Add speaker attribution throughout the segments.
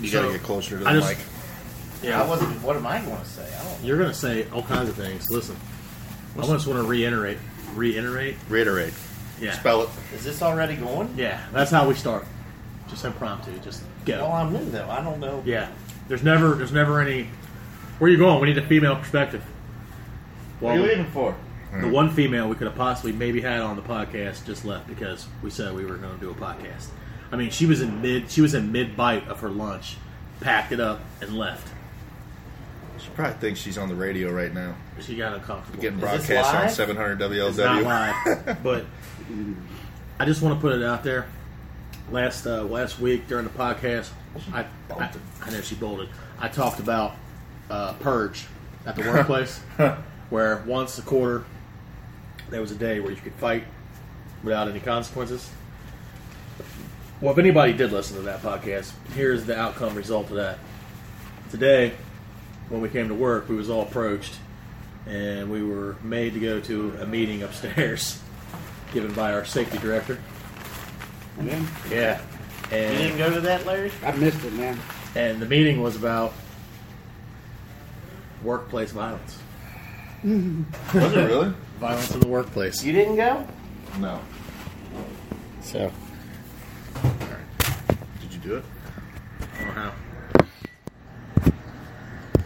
Speaker 1: You
Speaker 2: So,
Speaker 1: gotta get closer to the
Speaker 2: I just-
Speaker 1: mic.
Speaker 2: Yeah,
Speaker 3: I wasn't. What am I going to say? I don't.
Speaker 2: You're going to say all kinds of things. Listen, I just want to reiterate. Reiterate?
Speaker 1: Reiterate.
Speaker 2: Yeah.
Speaker 1: Spell it.
Speaker 3: Is this already going?
Speaker 2: Yeah, that's how we start. Just impromptu. Just
Speaker 3: Well,
Speaker 2: go.
Speaker 3: I'm new though. I don't know.
Speaker 2: Yeah. There's never there's never any. Where you going? We need a female perspective.
Speaker 3: What are
Speaker 2: Well,
Speaker 3: you leaving for?
Speaker 2: the one female we could have possibly maybe had on the podcast just left because we said we were going to do a podcast. I mean, she was in mid she was in mid bite of her lunch, packed it up and left.
Speaker 1: She probably thinks she's on the radio right now.
Speaker 2: She got uncomfortable.
Speaker 1: Getting
Speaker 3: Is this
Speaker 1: broadcast on
Speaker 3: live?
Speaker 1: 700
Speaker 2: It's not
Speaker 1: WLW.
Speaker 2: live, but I just want to put it out there. Last uh, last week during the podcast, I, I I know she bolted. I talked about uh, purge at the workplace, where once a quarter there was a day where you could fight without any consequences. Well, if anybody did listen to that podcast, here's the outcome result of that. Today, when we came to work, we was all approached, and we were made to go to a meeting upstairs, given by our safety director.
Speaker 4: Man,
Speaker 2: Yeah,
Speaker 3: You didn't
Speaker 2: and
Speaker 3: go to that, Larry?
Speaker 4: I missed it, man.
Speaker 2: and the meeting was about workplace violence,
Speaker 1: Was it really?
Speaker 2: violence in the workplace.
Speaker 3: You didn't go?
Speaker 1: No.
Speaker 4: So
Speaker 1: Did you do it?
Speaker 2: Wow.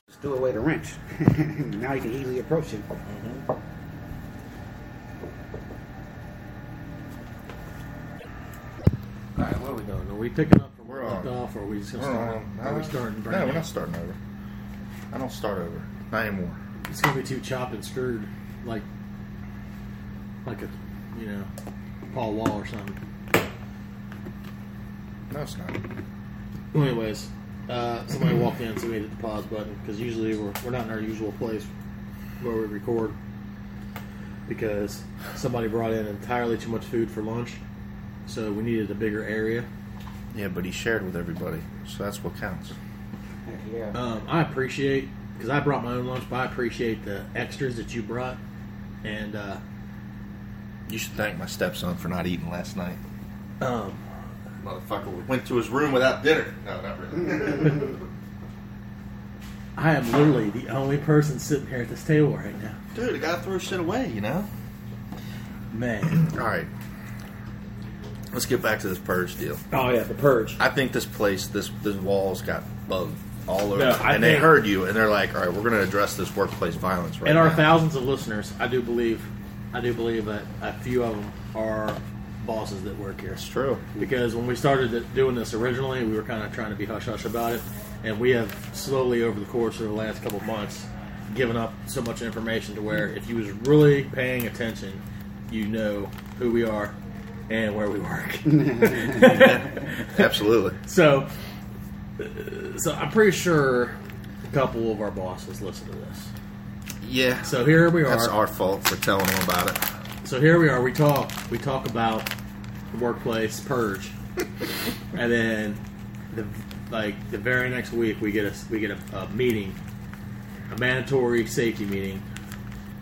Speaker 4: just threw away the wrench. now you can easily approach it.
Speaker 2: All right, what are we doing? Are we picking up from where
Speaker 1: We're
Speaker 2: we left
Speaker 1: on.
Speaker 2: off, or are we just gonna
Speaker 1: We're
Speaker 2: start?
Speaker 1: on.
Speaker 2: Are we starting?
Speaker 1: No,
Speaker 2: brand
Speaker 1: we're
Speaker 2: new?
Speaker 1: not starting over. I don't start over. Not anymore.
Speaker 2: It's gonna be too chopped and screwed, like like a you know Paul Wall or something.
Speaker 1: No, it's not.
Speaker 2: Well, anyways, uh, somebody walked in, so we hit the pause button because usually we're, we're not in our usual place where we record because somebody brought in entirely too much food for lunch, so we needed a bigger area.
Speaker 1: Yeah, but he shared with everybody, so that's what counts.
Speaker 4: Yeah.
Speaker 2: Um, I appreciate because I brought my own lunch, but I appreciate the extras that you brought, and uh,
Speaker 1: You should thank my stepson for not eating last night.
Speaker 2: um,
Speaker 1: Motherfucker went to his room without dinner. No, not really.
Speaker 2: I am literally the only person sitting here at this table right now.
Speaker 1: Dude, I gotta throw shit away, you know?
Speaker 2: Man,
Speaker 1: All right. Let's get back to this purge deal.
Speaker 2: oh yeah, the purge.
Speaker 1: I think this place, this this walls got bugged all over,
Speaker 2: No, I
Speaker 1: and they
Speaker 2: think-
Speaker 1: heard you, and they're like, "All right, we're going to address this workplace violence right
Speaker 2: and our
Speaker 1: now."
Speaker 2: thousands of listeners, I do believe, I do believe that a few of them are bosses that work here.
Speaker 1: it's true.
Speaker 2: Because when we started th- doing this originally, we were kind of trying to be hush hush about it, and we have slowly over the course of the last couple months given up so much information to where if you was really paying attention, you know who we are and where we work.
Speaker 1: Absolutely.
Speaker 2: So, uh, so I'm pretty sure a couple of our bosses listen to this.
Speaker 1: Yeah.
Speaker 2: So here we are.
Speaker 1: that's our fault for telling them about it.
Speaker 2: So here we are. We talk. We talk about the workplace purge, and then the like the very next week we get a we get a, a meeting, a mandatory safety meeting,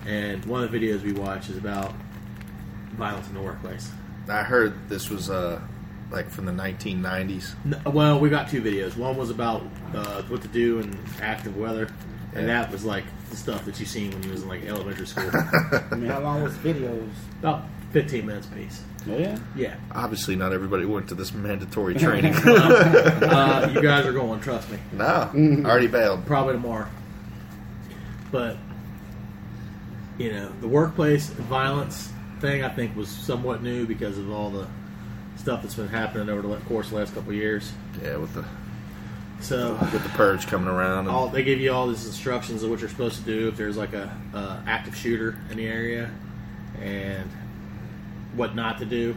Speaker 2: and one of the videos we watch is about violence in the workplace.
Speaker 1: I heard this was uh like from the 1990s.
Speaker 2: N- Well, we got two videos. One was about uh, what to do in active weather, and
Speaker 1: Yeah.
Speaker 2: that was like the stuff that you seen when you was in like elementary school.
Speaker 4: I mean, how long was videos?
Speaker 2: about fifteen minutes piece.
Speaker 4: Yeah.
Speaker 2: Yeah.
Speaker 1: Obviously, not everybody went to this mandatory training.
Speaker 2: Uh, you guys are going. Trust me.
Speaker 1: no, already bailed.
Speaker 2: probably tomorrow. But you know, the workplace violence thing I think was somewhat new because of all the stuff that's been happening over the course of the last couple of years.
Speaker 1: Yeah, with the
Speaker 2: So
Speaker 1: with the purge coming around.
Speaker 2: all
Speaker 1: And,
Speaker 2: they give you all these instructions of what you're supposed to do if there's like a, a active shooter in the area and what not to do.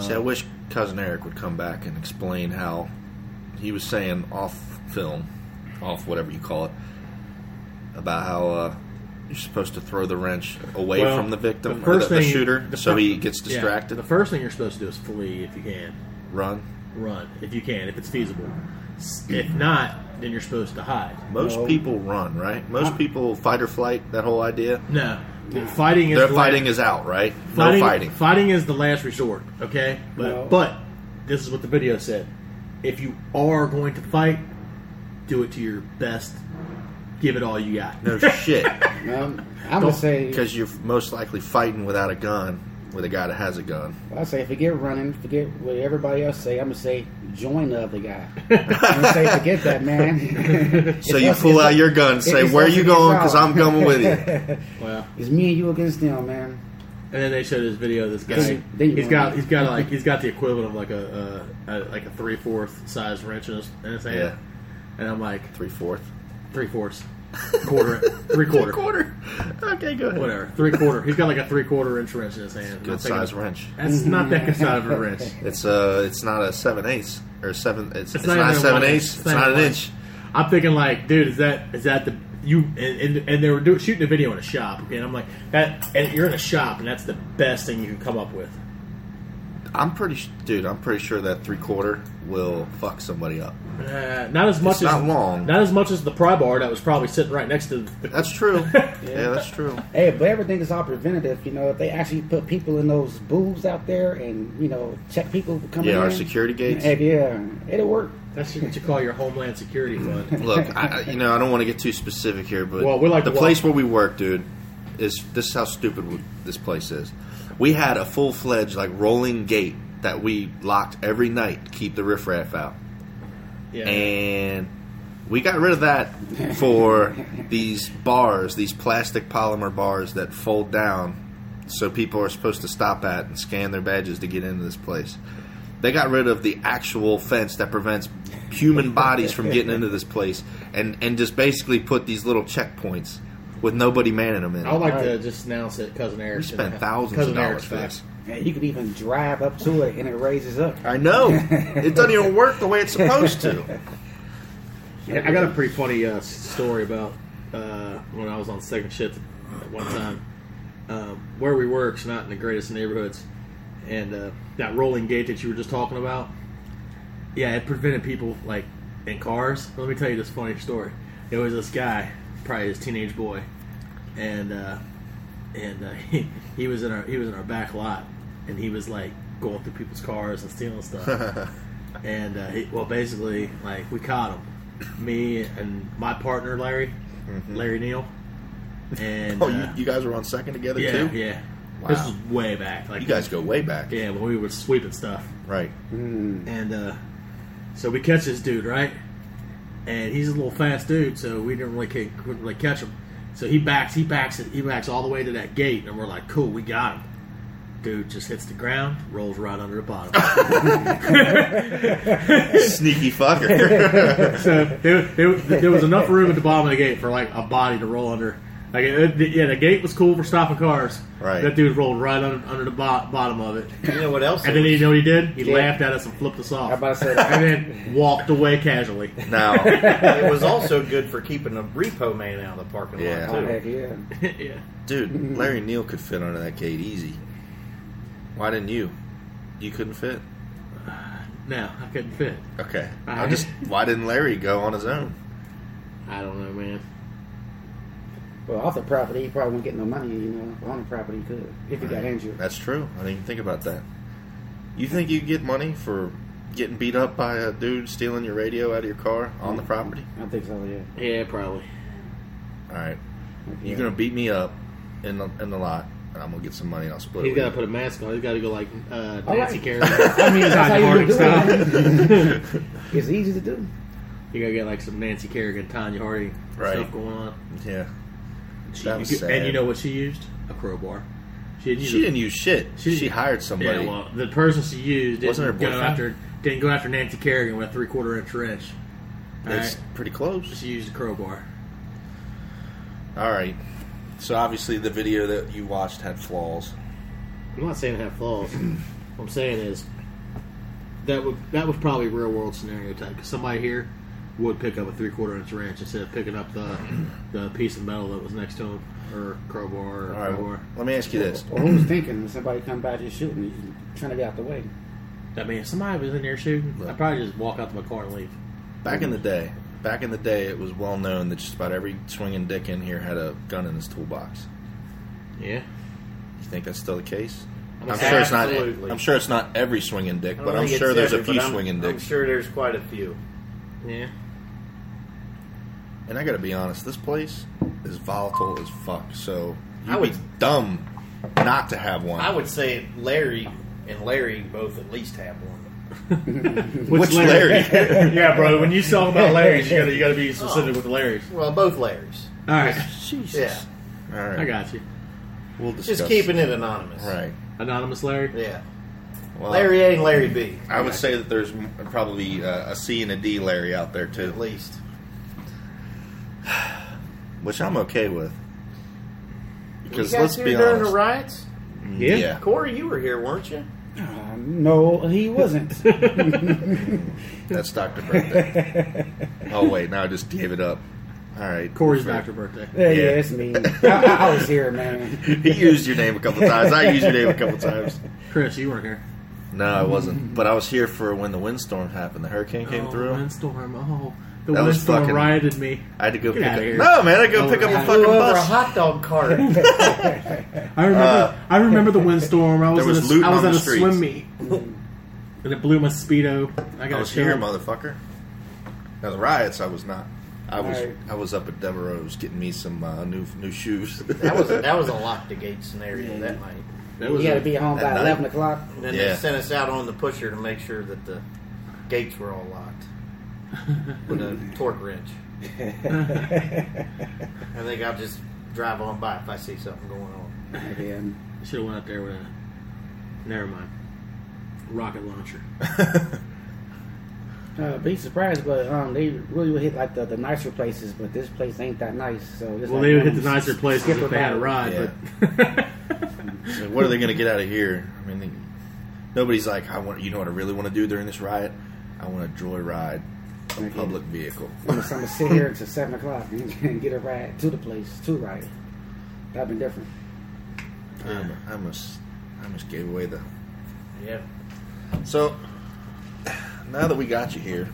Speaker 1: see, I wish cousin Eric would come back and explain how he was saying off film, off whatever you call it, about how uh, you're supposed to throw the wrench away
Speaker 2: Well,
Speaker 1: from the victim
Speaker 2: the
Speaker 1: or the,
Speaker 2: first
Speaker 1: the
Speaker 2: thing-
Speaker 1: shooter,
Speaker 2: the
Speaker 1: so
Speaker 2: fir-
Speaker 1: he gets
Speaker 2: Yeah,
Speaker 1: distracted.
Speaker 2: the first thing you're supposed to do is flee if you can.
Speaker 1: run.
Speaker 2: Run if you can, if it's feasible. S- If not, then you're supposed to hide.
Speaker 1: Most
Speaker 4: No.
Speaker 1: people run, right?
Speaker 2: uh,
Speaker 1: Most people fight or flight. That whole idea.
Speaker 2: No, fighting is
Speaker 1: Their
Speaker 2: the
Speaker 1: fighting
Speaker 2: last,
Speaker 1: is out, right?
Speaker 2: fighting,
Speaker 1: no fighting.
Speaker 2: is the last resort. Okay, but
Speaker 4: No.
Speaker 2: but this is what the video said. If you are going to fight, do it to your best. Give it all you got.
Speaker 1: No shit.
Speaker 4: Um, I'm gonna say,
Speaker 1: Because you're most likely fighting without a gun with a guy that has a gun.
Speaker 4: I say, forget running, forget what everybody else say. I'm gonna say, join the other guy. I'm gonna say, forget that man.
Speaker 1: So
Speaker 4: It's
Speaker 1: you
Speaker 4: us-
Speaker 1: pull
Speaker 4: it's
Speaker 1: out
Speaker 4: us-
Speaker 1: your gun and say,
Speaker 4: it's
Speaker 1: Where
Speaker 4: us
Speaker 1: you
Speaker 4: against
Speaker 1: going?
Speaker 4: y'all."
Speaker 1: Because I'm coming with you.
Speaker 2: Wow.
Speaker 4: It's me and you against them, man.
Speaker 2: And then they showed this video. Of this
Speaker 4: Then
Speaker 2: guy,
Speaker 4: you- then you
Speaker 2: he's
Speaker 4: run.
Speaker 2: got he's got like he's got the equivalent of like a, a, a like a three fourth size wrench in his, in his hand.
Speaker 1: Yeah.
Speaker 2: And I'm like
Speaker 1: Three fourth.
Speaker 2: three fourths, quarter, three quarter,
Speaker 1: quarter. Okay, go ahead.
Speaker 2: whatever, three quarter. He's got like a three quarter inch wrench in his hand. And I'm
Speaker 1: Good
Speaker 2: thinking,
Speaker 1: size wrench.
Speaker 2: That's not that good size of a wrench.
Speaker 1: It's uh, it's not a seven eighths or seven. It's, it's,
Speaker 2: not
Speaker 1: not,
Speaker 2: even
Speaker 1: a
Speaker 2: a
Speaker 1: seven
Speaker 2: one inch.
Speaker 1: eighths.
Speaker 2: It's
Speaker 1: It's
Speaker 2: not
Speaker 1: not
Speaker 2: even
Speaker 1: an
Speaker 2: one
Speaker 1: inch.
Speaker 2: I'm thinking like, dude, is that is that the you and and, and they were do, shooting a video in a shop, and I'm like that, and you're in a shop, and that's the best thing you can come up with.
Speaker 1: I'm pretty, s- dude. I'm pretty sure that three quarter will fuck somebody up.
Speaker 2: Uh, not as much
Speaker 1: It's
Speaker 2: as
Speaker 1: not long.
Speaker 2: not as much as the pry bar that was probably sitting right next to the
Speaker 1: That's true. yeah. that's true.
Speaker 4: Hey, but everything is all preventative. You know, if they actually put people in those booths out there and you know check people coming
Speaker 1: Yeah,
Speaker 4: in,
Speaker 1: our security gates.
Speaker 4: Heck yeah, it'll work.
Speaker 2: That's what you call your Homeland Security Fund.
Speaker 1: Look, I, I- you know, I don't want to get too specific here, but
Speaker 2: Well, we like
Speaker 1: the
Speaker 2: to walk-
Speaker 1: place where we work, dude, is this is how stupid we, this place is. We had a full fledged like rolling gate that we locked every night to keep the riffraff out,
Speaker 2: Yeah.
Speaker 1: and we got rid of that for these bars, these plastic polymer bars that fold down, so people are supposed to stop at and scan their badges to get into this place. They got rid of the actual fence that prevents human bodies from getting into this place, and and just basically put these little checkpoints with nobody manning them in.
Speaker 2: I would like to
Speaker 4: Right.
Speaker 2: just announce that cousin Eric
Speaker 1: we spent thousands of dollars for this.
Speaker 4: Yeah, you can even drive up to it and it raises up.
Speaker 1: I know it doesn't even work the way it's supposed to.
Speaker 2: I got a pretty funny uh, s- story about uh, when I was on second shift at one time. Um, where we work's not in the greatest neighborhoods, and uh, that rolling gate that you were just talking about, yeah, it prevented people like in cars. Let me tell you this funny story. There was this guy, probably his teenage boy, and uh, and uh, he, he was in our he was in our back lot, and he was like going through people's cars and stealing stuff. and uh, he, well, basically, like we caught him, me and my partner Larry, Larry Neal, and
Speaker 1: Mm-hmm. Oh,
Speaker 2: uh,
Speaker 1: you, you guys were on second together
Speaker 2: yeah,
Speaker 1: too.
Speaker 2: yeah. This
Speaker 1: Wow.
Speaker 2: was way back. Like
Speaker 1: You guys go way back,
Speaker 2: yeah, when we were sweeping stuff.
Speaker 1: right?
Speaker 2: And uh, so we catch this dude, right? And he's a little fast dude, so we didn't really, ca- couldn't really catch him. So he backs, he backs it, he backs all the way to that gate, and we're like, cool, we got him. Dude just hits the ground, rolls right under the bottom.
Speaker 1: Sneaky fucker.
Speaker 2: so there, there, there was enough room at the bottom of the gate for like a body to roll under. Like, it, it- yeah, the gate was cool for stopping cars.
Speaker 1: Right.
Speaker 2: That dude rolled right under, under the bo- bottom of it.
Speaker 3: You know what else?
Speaker 2: And then you know what he did? He
Speaker 4: Yeah.
Speaker 2: laughed at us and flipped us off.
Speaker 4: I about to say that.
Speaker 2: and then walked away casually.
Speaker 1: now,
Speaker 3: it was also good for keeping a repo man out of the parking
Speaker 1: Yeah.
Speaker 3: lot
Speaker 4: Oh,
Speaker 3: too.
Speaker 4: heck yeah.
Speaker 2: yeah.
Speaker 1: dude, Larry Neal could fit under that gate easy. Why didn't you? You couldn't fit.
Speaker 2: No, I couldn't fit.
Speaker 1: Okay, I
Speaker 2: Alright.
Speaker 1: just why didn't Larry go on his own?
Speaker 2: I don't know, man.
Speaker 4: Well, off the property, he probably wouldn't get no money, you know. On the property, he could, if he got injured.
Speaker 1: That's true. I didn't even think about that. You think you get money for getting beat up by a dude stealing your radio out of your car on
Speaker 2: Mm-hmm.
Speaker 1: the property?
Speaker 4: I think so, yeah.
Speaker 2: Yeah, probably.
Speaker 1: All right,
Speaker 4: Yeah.
Speaker 1: you're gonna beat me up in the in the lot, and I'm gonna get some money. and I'll split.
Speaker 2: He's
Speaker 1: it
Speaker 2: got to
Speaker 1: with
Speaker 2: put a mask on. He's got to go like uh,
Speaker 4: All
Speaker 2: Nancy
Speaker 4: right.
Speaker 2: Kerrigan.
Speaker 4: I mean, that's how you do
Speaker 2: style.
Speaker 4: it.
Speaker 1: you.
Speaker 4: It's easy to do.
Speaker 2: You got to get like some Nancy Kerrigan, Tanya Harding
Speaker 1: Right.
Speaker 2: stuff going on.
Speaker 1: yeah,
Speaker 2: She-
Speaker 1: That was
Speaker 2: you-
Speaker 1: sad.
Speaker 2: And you know what she used? A crowbar. She didn't use.
Speaker 1: she
Speaker 2: a-
Speaker 1: didn't use shit. She,
Speaker 2: She-
Speaker 1: hired somebody.
Speaker 2: Yeah, well, the person she used didn't
Speaker 1: Wasn't her
Speaker 2: go
Speaker 1: boyfriend?
Speaker 2: after didn't go after Nancy Kerrigan with a three quarter inch wrench. All
Speaker 1: it's
Speaker 2: right,
Speaker 1: pretty close.
Speaker 2: she used a crowbar.
Speaker 1: All right. So obviously the video that you watched had flaws.
Speaker 2: I'm not saying it had flaws. what I'm saying is that would that was probably real world scenario type. 'cause somebody here would pick up a three quarter inch wrench instead of picking up the the piece of metal that was next to him or crowbar or
Speaker 1: All right.
Speaker 2: crowbar.
Speaker 1: Um, let me ask you this.
Speaker 4: Or who's thinking? Somebody come by just shooting, you trying to get out the way.
Speaker 2: I mean, if somebody was in there shooting,
Speaker 1: Look.
Speaker 2: I'd probably just walk out to my car and leave.
Speaker 1: Back in the day, back in the day, it was well known that just about every swinging dick in here had a gun in his toolbox.
Speaker 2: Yeah,
Speaker 1: You think that's still the case? I'm sure it's not.
Speaker 3: Absolutely.
Speaker 1: I'm sure it's not every swinging dick,
Speaker 3: I don't
Speaker 1: but I'm
Speaker 3: think
Speaker 1: sure
Speaker 3: it's
Speaker 1: there's a
Speaker 3: every,
Speaker 1: few
Speaker 3: but I'm-
Speaker 1: swinging
Speaker 3: I'm
Speaker 1: dicks.
Speaker 3: sure there's quite a few. Yeah.
Speaker 1: And I got to be honest, this place is volatile as fuck. So
Speaker 3: I
Speaker 1: you'd be
Speaker 3: would-
Speaker 1: dumb not to have one.
Speaker 3: I would say Larry and Larry both at least have one.
Speaker 1: Which Larry?
Speaker 2: yeah, bro. When you talk about Larry's, you gotta you gotta be specific with the Larry's.
Speaker 3: Well, both Larrys.
Speaker 2: Oh. All right,
Speaker 3: Yeah.
Speaker 1: All right,
Speaker 2: I got you.
Speaker 1: We'll discuss.
Speaker 3: Just keeping it anonymous.
Speaker 1: right. Uh,
Speaker 2: Anonymous Larry.
Speaker 3: Yeah.
Speaker 1: Well,
Speaker 3: Larry A and Larry B,
Speaker 1: I would say that there's m- probably uh, a C and a D Larry out there
Speaker 3: at
Speaker 1: too,
Speaker 3: least.
Speaker 1: which I'm okay with. Because
Speaker 3: you guys
Speaker 1: let's
Speaker 3: here
Speaker 1: be
Speaker 3: during
Speaker 1: honest.
Speaker 3: the riots?
Speaker 4: Yeah.
Speaker 1: Yeah.
Speaker 3: Corey, you were here, weren't you?
Speaker 4: Uh, no, he wasn't.
Speaker 1: That's Dr. Birthday. oh, wait. Now I just gave it up. All right.
Speaker 2: Corey's
Speaker 1: Fair.
Speaker 2: doctor birthday.
Speaker 4: Yeah, yeah, it's me. I, I, I was here, man.
Speaker 1: He used your name a couple times. I used your name a couple times.
Speaker 2: Chris, you weren't here.
Speaker 1: No, I wasn't. But I was here for when the windstorm happened. The hurricane came
Speaker 2: oh,
Speaker 1: through.
Speaker 2: Windstorm. Oh, the
Speaker 1: That was
Speaker 2: windstorm
Speaker 1: fucking-
Speaker 2: rioted me.
Speaker 1: I had to go
Speaker 2: Get
Speaker 1: pick
Speaker 2: outta
Speaker 1: up.
Speaker 2: here.
Speaker 1: No, man. I had to go
Speaker 2: Oh,
Speaker 1: pick up
Speaker 2: yeah.
Speaker 1: a fucking
Speaker 3: Flew over a
Speaker 1: bus.
Speaker 3: hot dog cart.
Speaker 2: I remember. I remember the windstorm. I was,
Speaker 1: uh, There was
Speaker 2: at a,
Speaker 1: looting
Speaker 2: I was
Speaker 1: on
Speaker 2: at
Speaker 1: the
Speaker 2: a
Speaker 1: streets.
Speaker 2: swim meet, and it blew my speedo. I got
Speaker 1: I
Speaker 2: a
Speaker 1: was here,
Speaker 2: chill.
Speaker 1: motherfucker. Now the riots, I was not. I was
Speaker 4: Alright.
Speaker 1: I was up at Devereaux's getting me some uh, new new shoes.
Speaker 3: that was that was a lock the gate scenario that night.
Speaker 2: That
Speaker 4: You
Speaker 2: was
Speaker 4: got to
Speaker 2: a,
Speaker 4: be home
Speaker 1: At
Speaker 4: by
Speaker 1: night.
Speaker 4: 11 o'clock.
Speaker 3: And then
Speaker 1: Yeah.
Speaker 3: they sent us out on the pusher to make sure that the gates were all locked with a torque wrench. I think I'll just drive on by if I see something going on.
Speaker 4: Again.
Speaker 2: should have went up there with a. Never mind. Rocket launcher.
Speaker 4: Uh, be surprised, but um, they really would hit like the, the nicer places, but this place ain't that nice. So it's
Speaker 2: Well,
Speaker 4: like,
Speaker 2: they would hit
Speaker 4: um,
Speaker 2: the nicer places
Speaker 4: skip
Speaker 2: if they had a ride,
Speaker 4: about it.
Speaker 1: Yeah.
Speaker 2: but
Speaker 1: So what are they going to get out of here? I mean, they- nobody's like, I want. You know what I really want to do during this riot? I want to joyride a
Speaker 4: Okay.
Speaker 1: public vehicle.
Speaker 4: I'm gonna, I'm gonna sit here until seven o'clock and get a ride to the place to ride. That'd been different.
Speaker 1: I'm a- I must. I must gave away the.
Speaker 3: Yeah.
Speaker 1: So now that we got you here,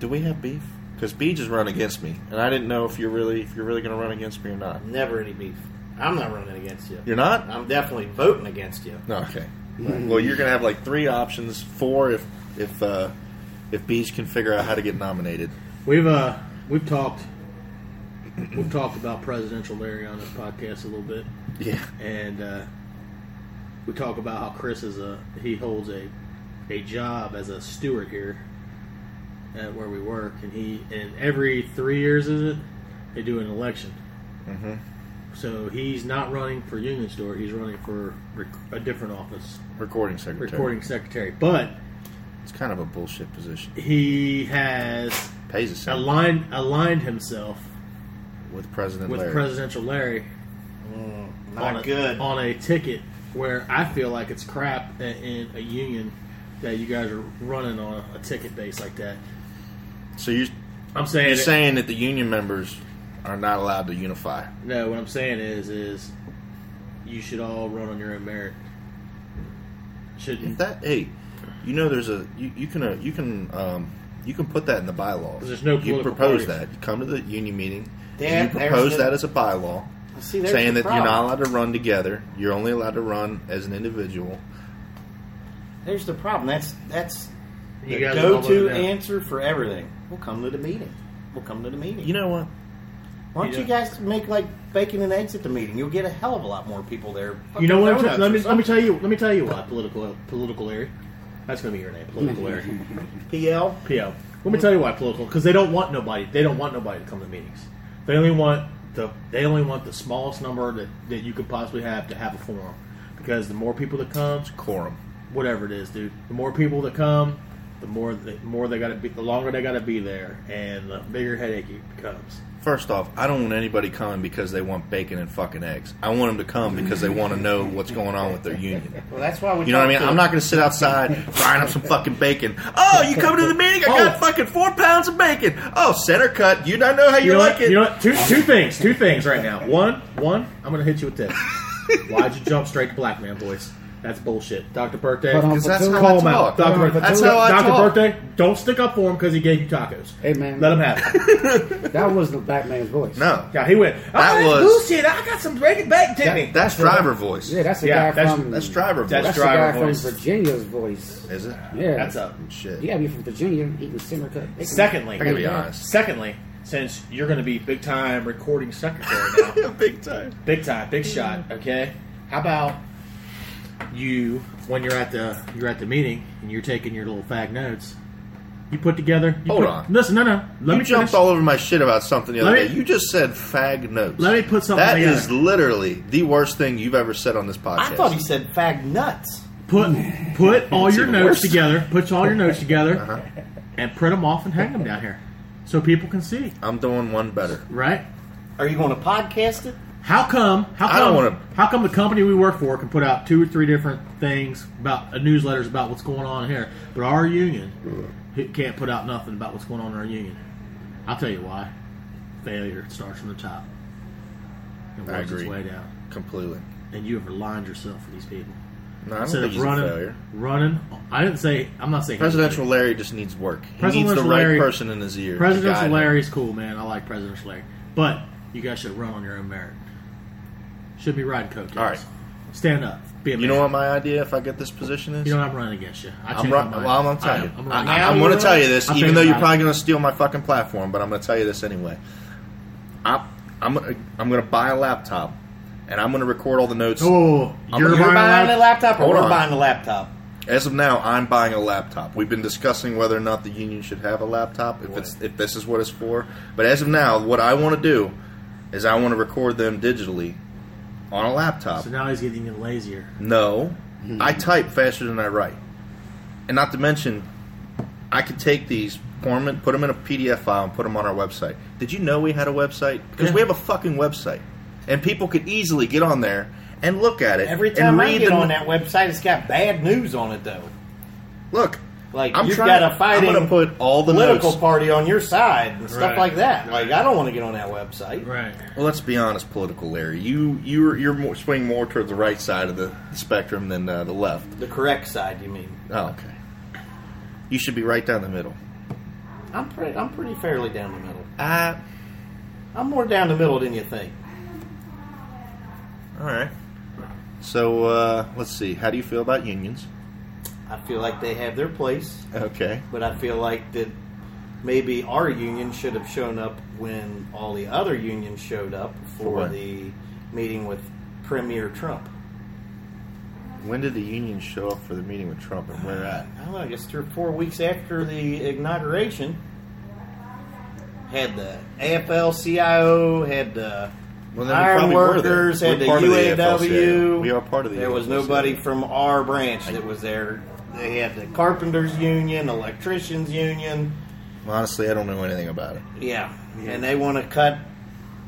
Speaker 1: do we have beef? Because Beej is run against me, and I didn't know if you're really if you're really going to run against me or not.
Speaker 3: Never any beef. I'm not running against you.
Speaker 1: You're not.
Speaker 3: I'm definitely voting against you.
Speaker 1: No, okay. Well, you're gonna have like three options, four if if uh, if Beach can figure out how to get nominated.
Speaker 2: we've uh we've talked we've talked about presidential Larry on this podcast a little bit,
Speaker 1: Yeah,
Speaker 2: and uh, we talk about how Chris is a he holds a a job as a steward here at where we work, and he and every three years is it they do an election. So he's not running for Union Store; he's running for rec- a different office,
Speaker 1: recording secretary.
Speaker 2: recording secretary. But
Speaker 1: It's kind of a bullshit position.
Speaker 2: he has
Speaker 1: Pays itself
Speaker 2: aligned aligned himself
Speaker 1: with President
Speaker 2: with
Speaker 1: Larry.
Speaker 2: presidential Larry on
Speaker 3: Mm, Not
Speaker 2: a,
Speaker 3: good.
Speaker 2: on a ticket where I feel like it's crap in, in a union that you guys are running on a, ticket base like that.
Speaker 1: so you're,
Speaker 2: I'm saying,
Speaker 1: you're
Speaker 2: it-
Speaker 1: saying that the union members are not allowed to unify.
Speaker 2: no. What I'm saying is is you should all run on your own merit. Shouldn't
Speaker 1: That hey, you know there's a you, you can uh, you can um, you can put that in the bylaws.
Speaker 2: There's no
Speaker 1: you
Speaker 2: political
Speaker 1: propose
Speaker 2: parties.
Speaker 1: that. You come to the union meeting.
Speaker 3: Yeah,
Speaker 1: and you
Speaker 3: there's
Speaker 1: propose
Speaker 3: the-
Speaker 1: that as a bylaw.
Speaker 3: See, there's
Speaker 1: saying
Speaker 3: the
Speaker 1: that you're not
Speaker 3: problem.
Speaker 1: allowed to run together. You're only allowed to run as an individual.
Speaker 3: There's the problem. That's that's
Speaker 2: You
Speaker 3: the
Speaker 2: guys are all
Speaker 3: go-to
Speaker 2: voting down.
Speaker 3: answer for everything. We'll come to the meeting. We'll come to the meeting.
Speaker 1: You know what?
Speaker 3: Why don't
Speaker 2: Yeah.
Speaker 3: you guys make like bacon and eggs at the meeting? You'll get a hell of a lot more people there.
Speaker 2: you know what? I'm
Speaker 3: Fucking
Speaker 2: try- let me
Speaker 3: donuts
Speaker 2: let me tell you. Let me tell you why political uh, political Larry. That's gonna be your name, political Larry.
Speaker 3: or PL.
Speaker 2: PO. Let me tell you why political. Because they don't want nobody. They don't want nobody to come to meetings. They only want the. They only want the smallest number that, that you could possibly have to have a forum. Because the more people that come,
Speaker 1: Quorum.
Speaker 2: whatever it is, dude. The more people that come, the more the more they got to be. The longer they got to be there, and the bigger headache it becomes.
Speaker 1: First off, I don't want anybody coming because they want bacon and fucking eggs. I want them to come because they want to know what's going on with their union.
Speaker 3: Well, that's why we.
Speaker 1: You know what I
Speaker 3: talked
Speaker 1: mean?
Speaker 3: to-
Speaker 1: I'm not going to sit outside frying up some fucking bacon. Oh, you coming to the meeting? I got
Speaker 2: Oh.
Speaker 1: fucking four pounds of bacon. Oh, center cut. You not know how you,
Speaker 2: know
Speaker 1: like
Speaker 2: what,
Speaker 1: it.
Speaker 2: You know what? Two two things. Two things right now. One one. I'm gonna hit you with this. Why'd you jump straight to black man, boys? That's bullshit. Dr. Birthday,
Speaker 4: But on
Speaker 1: 'Cause that's
Speaker 4: Fatu-
Speaker 1: how
Speaker 2: call
Speaker 1: I
Speaker 2: him out.
Speaker 1: talk.
Speaker 2: Dr.
Speaker 4: But
Speaker 2: Birthday,
Speaker 1: that's how I
Speaker 2: Dr.
Speaker 1: talk.
Speaker 2: Birthday, don't stick up for him because he gave you tacos.
Speaker 4: Hey, man.
Speaker 2: Let him have it.
Speaker 4: That was the black man's voice.
Speaker 1: No,
Speaker 2: Yeah, he went. Oh,
Speaker 1: That
Speaker 2: that's
Speaker 1: was-
Speaker 2: bullshit. I got some breaking back to me.
Speaker 1: that's driver voice.
Speaker 4: Yeah, that's the
Speaker 2: Yeah,
Speaker 4: guy
Speaker 2: that's-
Speaker 4: from.
Speaker 1: That's driver voice.
Speaker 2: That's
Speaker 4: That's the
Speaker 2: driver
Speaker 4: guy from
Speaker 2: voice.
Speaker 4: Virginia's voice.
Speaker 1: Is it?
Speaker 4: Yeah,
Speaker 2: That's up.
Speaker 1: Shit.
Speaker 4: You gotta be from Virginia eating simmer cut. bacon.
Speaker 2: Secondly,
Speaker 1: I gotta be honest.
Speaker 2: secondly, since you're going to be big time recording secretary now,
Speaker 1: Big time.
Speaker 2: big time, big shot. Okay, how about you when you're at the you're at the meeting and you're taking your little fag notes? You put together. You
Speaker 1: Hold
Speaker 2: put-
Speaker 1: on.
Speaker 2: Listen, no, no. Let
Speaker 1: You
Speaker 2: me
Speaker 1: jumped
Speaker 2: finish.
Speaker 1: all over my shit about something the other
Speaker 2: Let me-
Speaker 1: day. You just said fag notes.
Speaker 2: Let me put something
Speaker 1: That
Speaker 2: together.
Speaker 1: is literally the worst thing you've ever said on this podcast.
Speaker 3: I thought he said fag nuts.
Speaker 2: put put all your
Speaker 1: even
Speaker 2: notes
Speaker 1: worse. Uh-huh.
Speaker 2: together. Put all your notes together, and print them off and hang them down here so people can see.
Speaker 1: I'm doing one better.
Speaker 2: Right.
Speaker 3: Are you going to podcast it?
Speaker 2: How come? How come?
Speaker 1: I don't wanna-
Speaker 2: How come the company we work for can put out two or three different things about uh, newsletters about what's going on here, but our union it can't put out nothing about what's going on in our union? I'll tell you why. Failure starts from the top and
Speaker 1: I
Speaker 2: works its
Speaker 1: agree.
Speaker 2: way down,
Speaker 1: Completely.
Speaker 2: and you have aligned yourself for these people
Speaker 1: No, I don't
Speaker 2: instead
Speaker 1: think
Speaker 2: of
Speaker 1: he's
Speaker 2: running,
Speaker 1: a failure.
Speaker 2: running. I didn't say. I'm not saying
Speaker 1: Presidential Larry just needs work. He needs the
Speaker 2: Presidential
Speaker 1: right
Speaker 2: Larry-
Speaker 1: person in his ear. to guide
Speaker 2: Presidential
Speaker 1: him.
Speaker 2: Larry's cool, man. I like Presidential Larry, but you guys should run on your own merit. Should be riding coattails.
Speaker 1: All right.
Speaker 2: stand up. Be a
Speaker 1: You
Speaker 2: man.
Speaker 1: know what my idea if I get this position is?
Speaker 2: You know what? I'm running against you. I
Speaker 1: I'm
Speaker 2: changed
Speaker 1: run-
Speaker 2: my mind.
Speaker 1: well, I'm gonna
Speaker 2: I
Speaker 1: tell
Speaker 2: am.
Speaker 1: you.
Speaker 2: I'm running.
Speaker 1: I, am gonna tell you this,
Speaker 2: I'm
Speaker 1: even though
Speaker 2: thinking
Speaker 1: you're
Speaker 2: about
Speaker 1: probably gonna steal my fucking platform, but I'm gonna tell you this anyway. I, I'm gonna, I'm gonna buy a laptop, and I'm gonna record all the notes.
Speaker 2: Oh,
Speaker 1: I'm
Speaker 2: you're,
Speaker 1: gonna-
Speaker 2: buying,
Speaker 3: You're buying a
Speaker 2: a
Speaker 3: laptop or
Speaker 1: Hold
Speaker 3: we're
Speaker 1: on.
Speaker 3: buying a laptop?
Speaker 1: As of now, I'm buying a laptop. We've been discussing whether or not the union should have a laptop if it's if this is what it's for. But as of now, what I want to do is I want to record them digitally on a laptop.
Speaker 2: So now he's getting even lazier.
Speaker 1: No, I type faster than I write, and not to mention, I could take these, form it, put them in a PDF file, and put them on our website. Did you know we had a website? Because we
Speaker 2: Yeah.
Speaker 1: have a fucking website, and people could easily get on there and look at it.
Speaker 3: Every
Speaker 1: and
Speaker 3: time I
Speaker 1: read
Speaker 3: get
Speaker 1: the-
Speaker 3: on that website, it's got bad news on it, though.
Speaker 1: look.
Speaker 3: Like
Speaker 1: I'm
Speaker 3: you've
Speaker 1: trying-
Speaker 3: got a
Speaker 1: I'm
Speaker 3: fighting
Speaker 1: gonna put all the
Speaker 3: political
Speaker 1: notes-
Speaker 3: party on your side and stuff
Speaker 2: Right.
Speaker 3: like that. Like I don't want to get on that website.
Speaker 2: Right.
Speaker 1: Well, let's be honest, political Larry. You you're you're more, swinging more towards the right side of the spectrum than uh, the left.
Speaker 3: The correct side, you mean?
Speaker 1: Oh, okay. You should be right down the middle.
Speaker 3: I'm pretty. I'm pretty fairly down the middle.
Speaker 1: Uh,
Speaker 3: I'm more down the middle than you think.
Speaker 1: all right. So uh, let's see. How do you feel about unions?
Speaker 3: I feel like they have their place,
Speaker 1: Okay.
Speaker 3: but I feel like that maybe our union should have shown up when all the other unions showed up for
Speaker 1: what?
Speaker 3: the meeting with Premier Trump.
Speaker 1: When did the union show up for the meeting with Trump and where at?
Speaker 3: I don't know, I guess three or four weeks after the inauguration, had the AFL CIO, had the
Speaker 1: Well, then we
Speaker 3: iron
Speaker 1: probably were there.
Speaker 3: workers, had
Speaker 1: We're
Speaker 3: the
Speaker 1: part of the AFL-CIO.
Speaker 3: UAW.
Speaker 1: We are part of the
Speaker 3: There was
Speaker 1: AFL-CIO.
Speaker 3: nobody from our branch that was there. They had the carpenters union, electricians union.
Speaker 1: Honestly, I don't know anything about it.
Speaker 3: Yeah, and they want to cut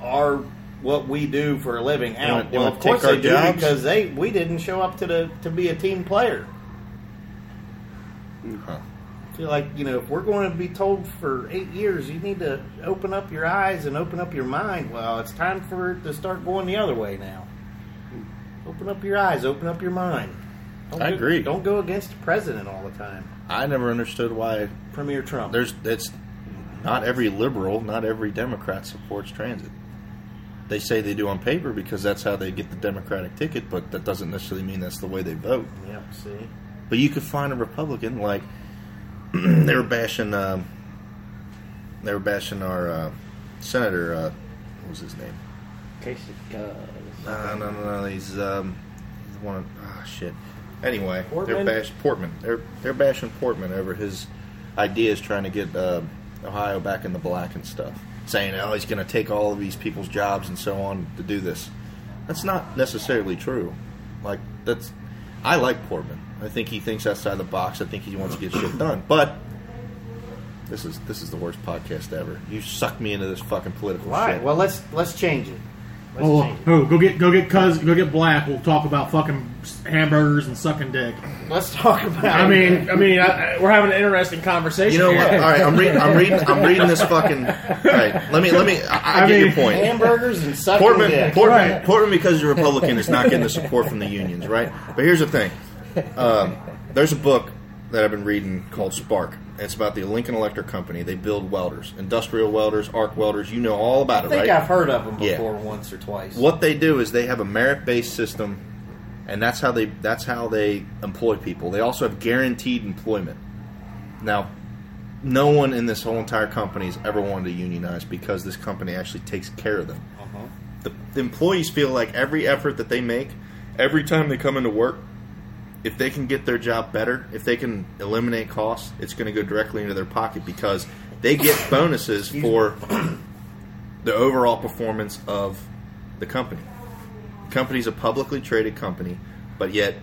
Speaker 3: our what we do for a living
Speaker 1: wanna-
Speaker 3: out.
Speaker 1: they
Speaker 3: well,
Speaker 1: wanna
Speaker 3: of course
Speaker 1: take our
Speaker 3: they do
Speaker 1: jobs?
Speaker 3: because they we didn't show up to the to be a team player.
Speaker 1: Huh.
Speaker 3: feel like you know if we're going to be told for eight years you need to open up your eyes and open up your mind well it's time for it to start going the other way now open up your eyes open up your mind don't
Speaker 1: I
Speaker 3: go-
Speaker 1: agree.
Speaker 3: don't go against the president all the time
Speaker 1: I never understood why
Speaker 3: premier trump
Speaker 1: there's that's not every liberal, not every Democrat supports transit. They say they do on paper because that's how they get the Democratic ticket, but that doesn't necessarily mean that's the way they vote.
Speaker 3: yep see
Speaker 1: But you could find a Republican like they were bashing, um, they were bashing our uh, senator. Uh, what was his name?
Speaker 4: Taste it, uh,
Speaker 1: No, no, no, no. He's um, he's one of ah shit. Anyway,
Speaker 3: Portman?
Speaker 1: they're bash Portman. They're they're bashing Portman over his ideas trying to get uh, Ohio back in the black and stuff, saying oh he's going to take all of these people's jobs and so on to do this. That's not necessarily true. Like that's I like Portman. I think he thinks outside the box. I think he wants to get shit done, but. This is this is the worst podcast ever. You sucked me into this fucking political
Speaker 3: all right
Speaker 1: shit.
Speaker 3: well let's let's change it let's
Speaker 2: Oh,
Speaker 3: change it
Speaker 2: oh, go get go get cuz go get black. We'll talk about fucking hamburgers and sucking dick.
Speaker 3: let's talk about
Speaker 2: I mean, I mean, I, I- we're having an interesting conversation.
Speaker 1: You know
Speaker 2: here.
Speaker 1: what? All right, I'm reading. I'm reading. I'm reading this fucking. All right, let me. Let me. I, I,
Speaker 2: I
Speaker 1: get
Speaker 2: mean-
Speaker 1: your point.
Speaker 3: hamburgers and sucking
Speaker 1: Portman,
Speaker 3: dick.
Speaker 1: Portman, Portman, because you're Republican, is not getting the support from the unions, right? But here's the thing: Um, there's a book that I've been reading called Spark. It's about the Lincoln Electric Company. They build welders, industrial welders, arc welders. You know all about
Speaker 3: I
Speaker 1: it,
Speaker 3: think
Speaker 1: right?
Speaker 3: I've heard of them
Speaker 1: Yeah.
Speaker 3: before once or twice.
Speaker 1: what they do is they have a merit-based system and that's how they that's how they employ people they also have guaranteed employment now no one in this whole entire company has ever wanted to unionize because this company actually takes care of them
Speaker 3: Uh-huh.
Speaker 1: the, the employees feel like every effort that they make every time they come into work if they can get their job better if they can eliminate costs it's going to go directly into their pocket because they get bonuses for the overall performance of the company. The company's a publicly traded company, but yet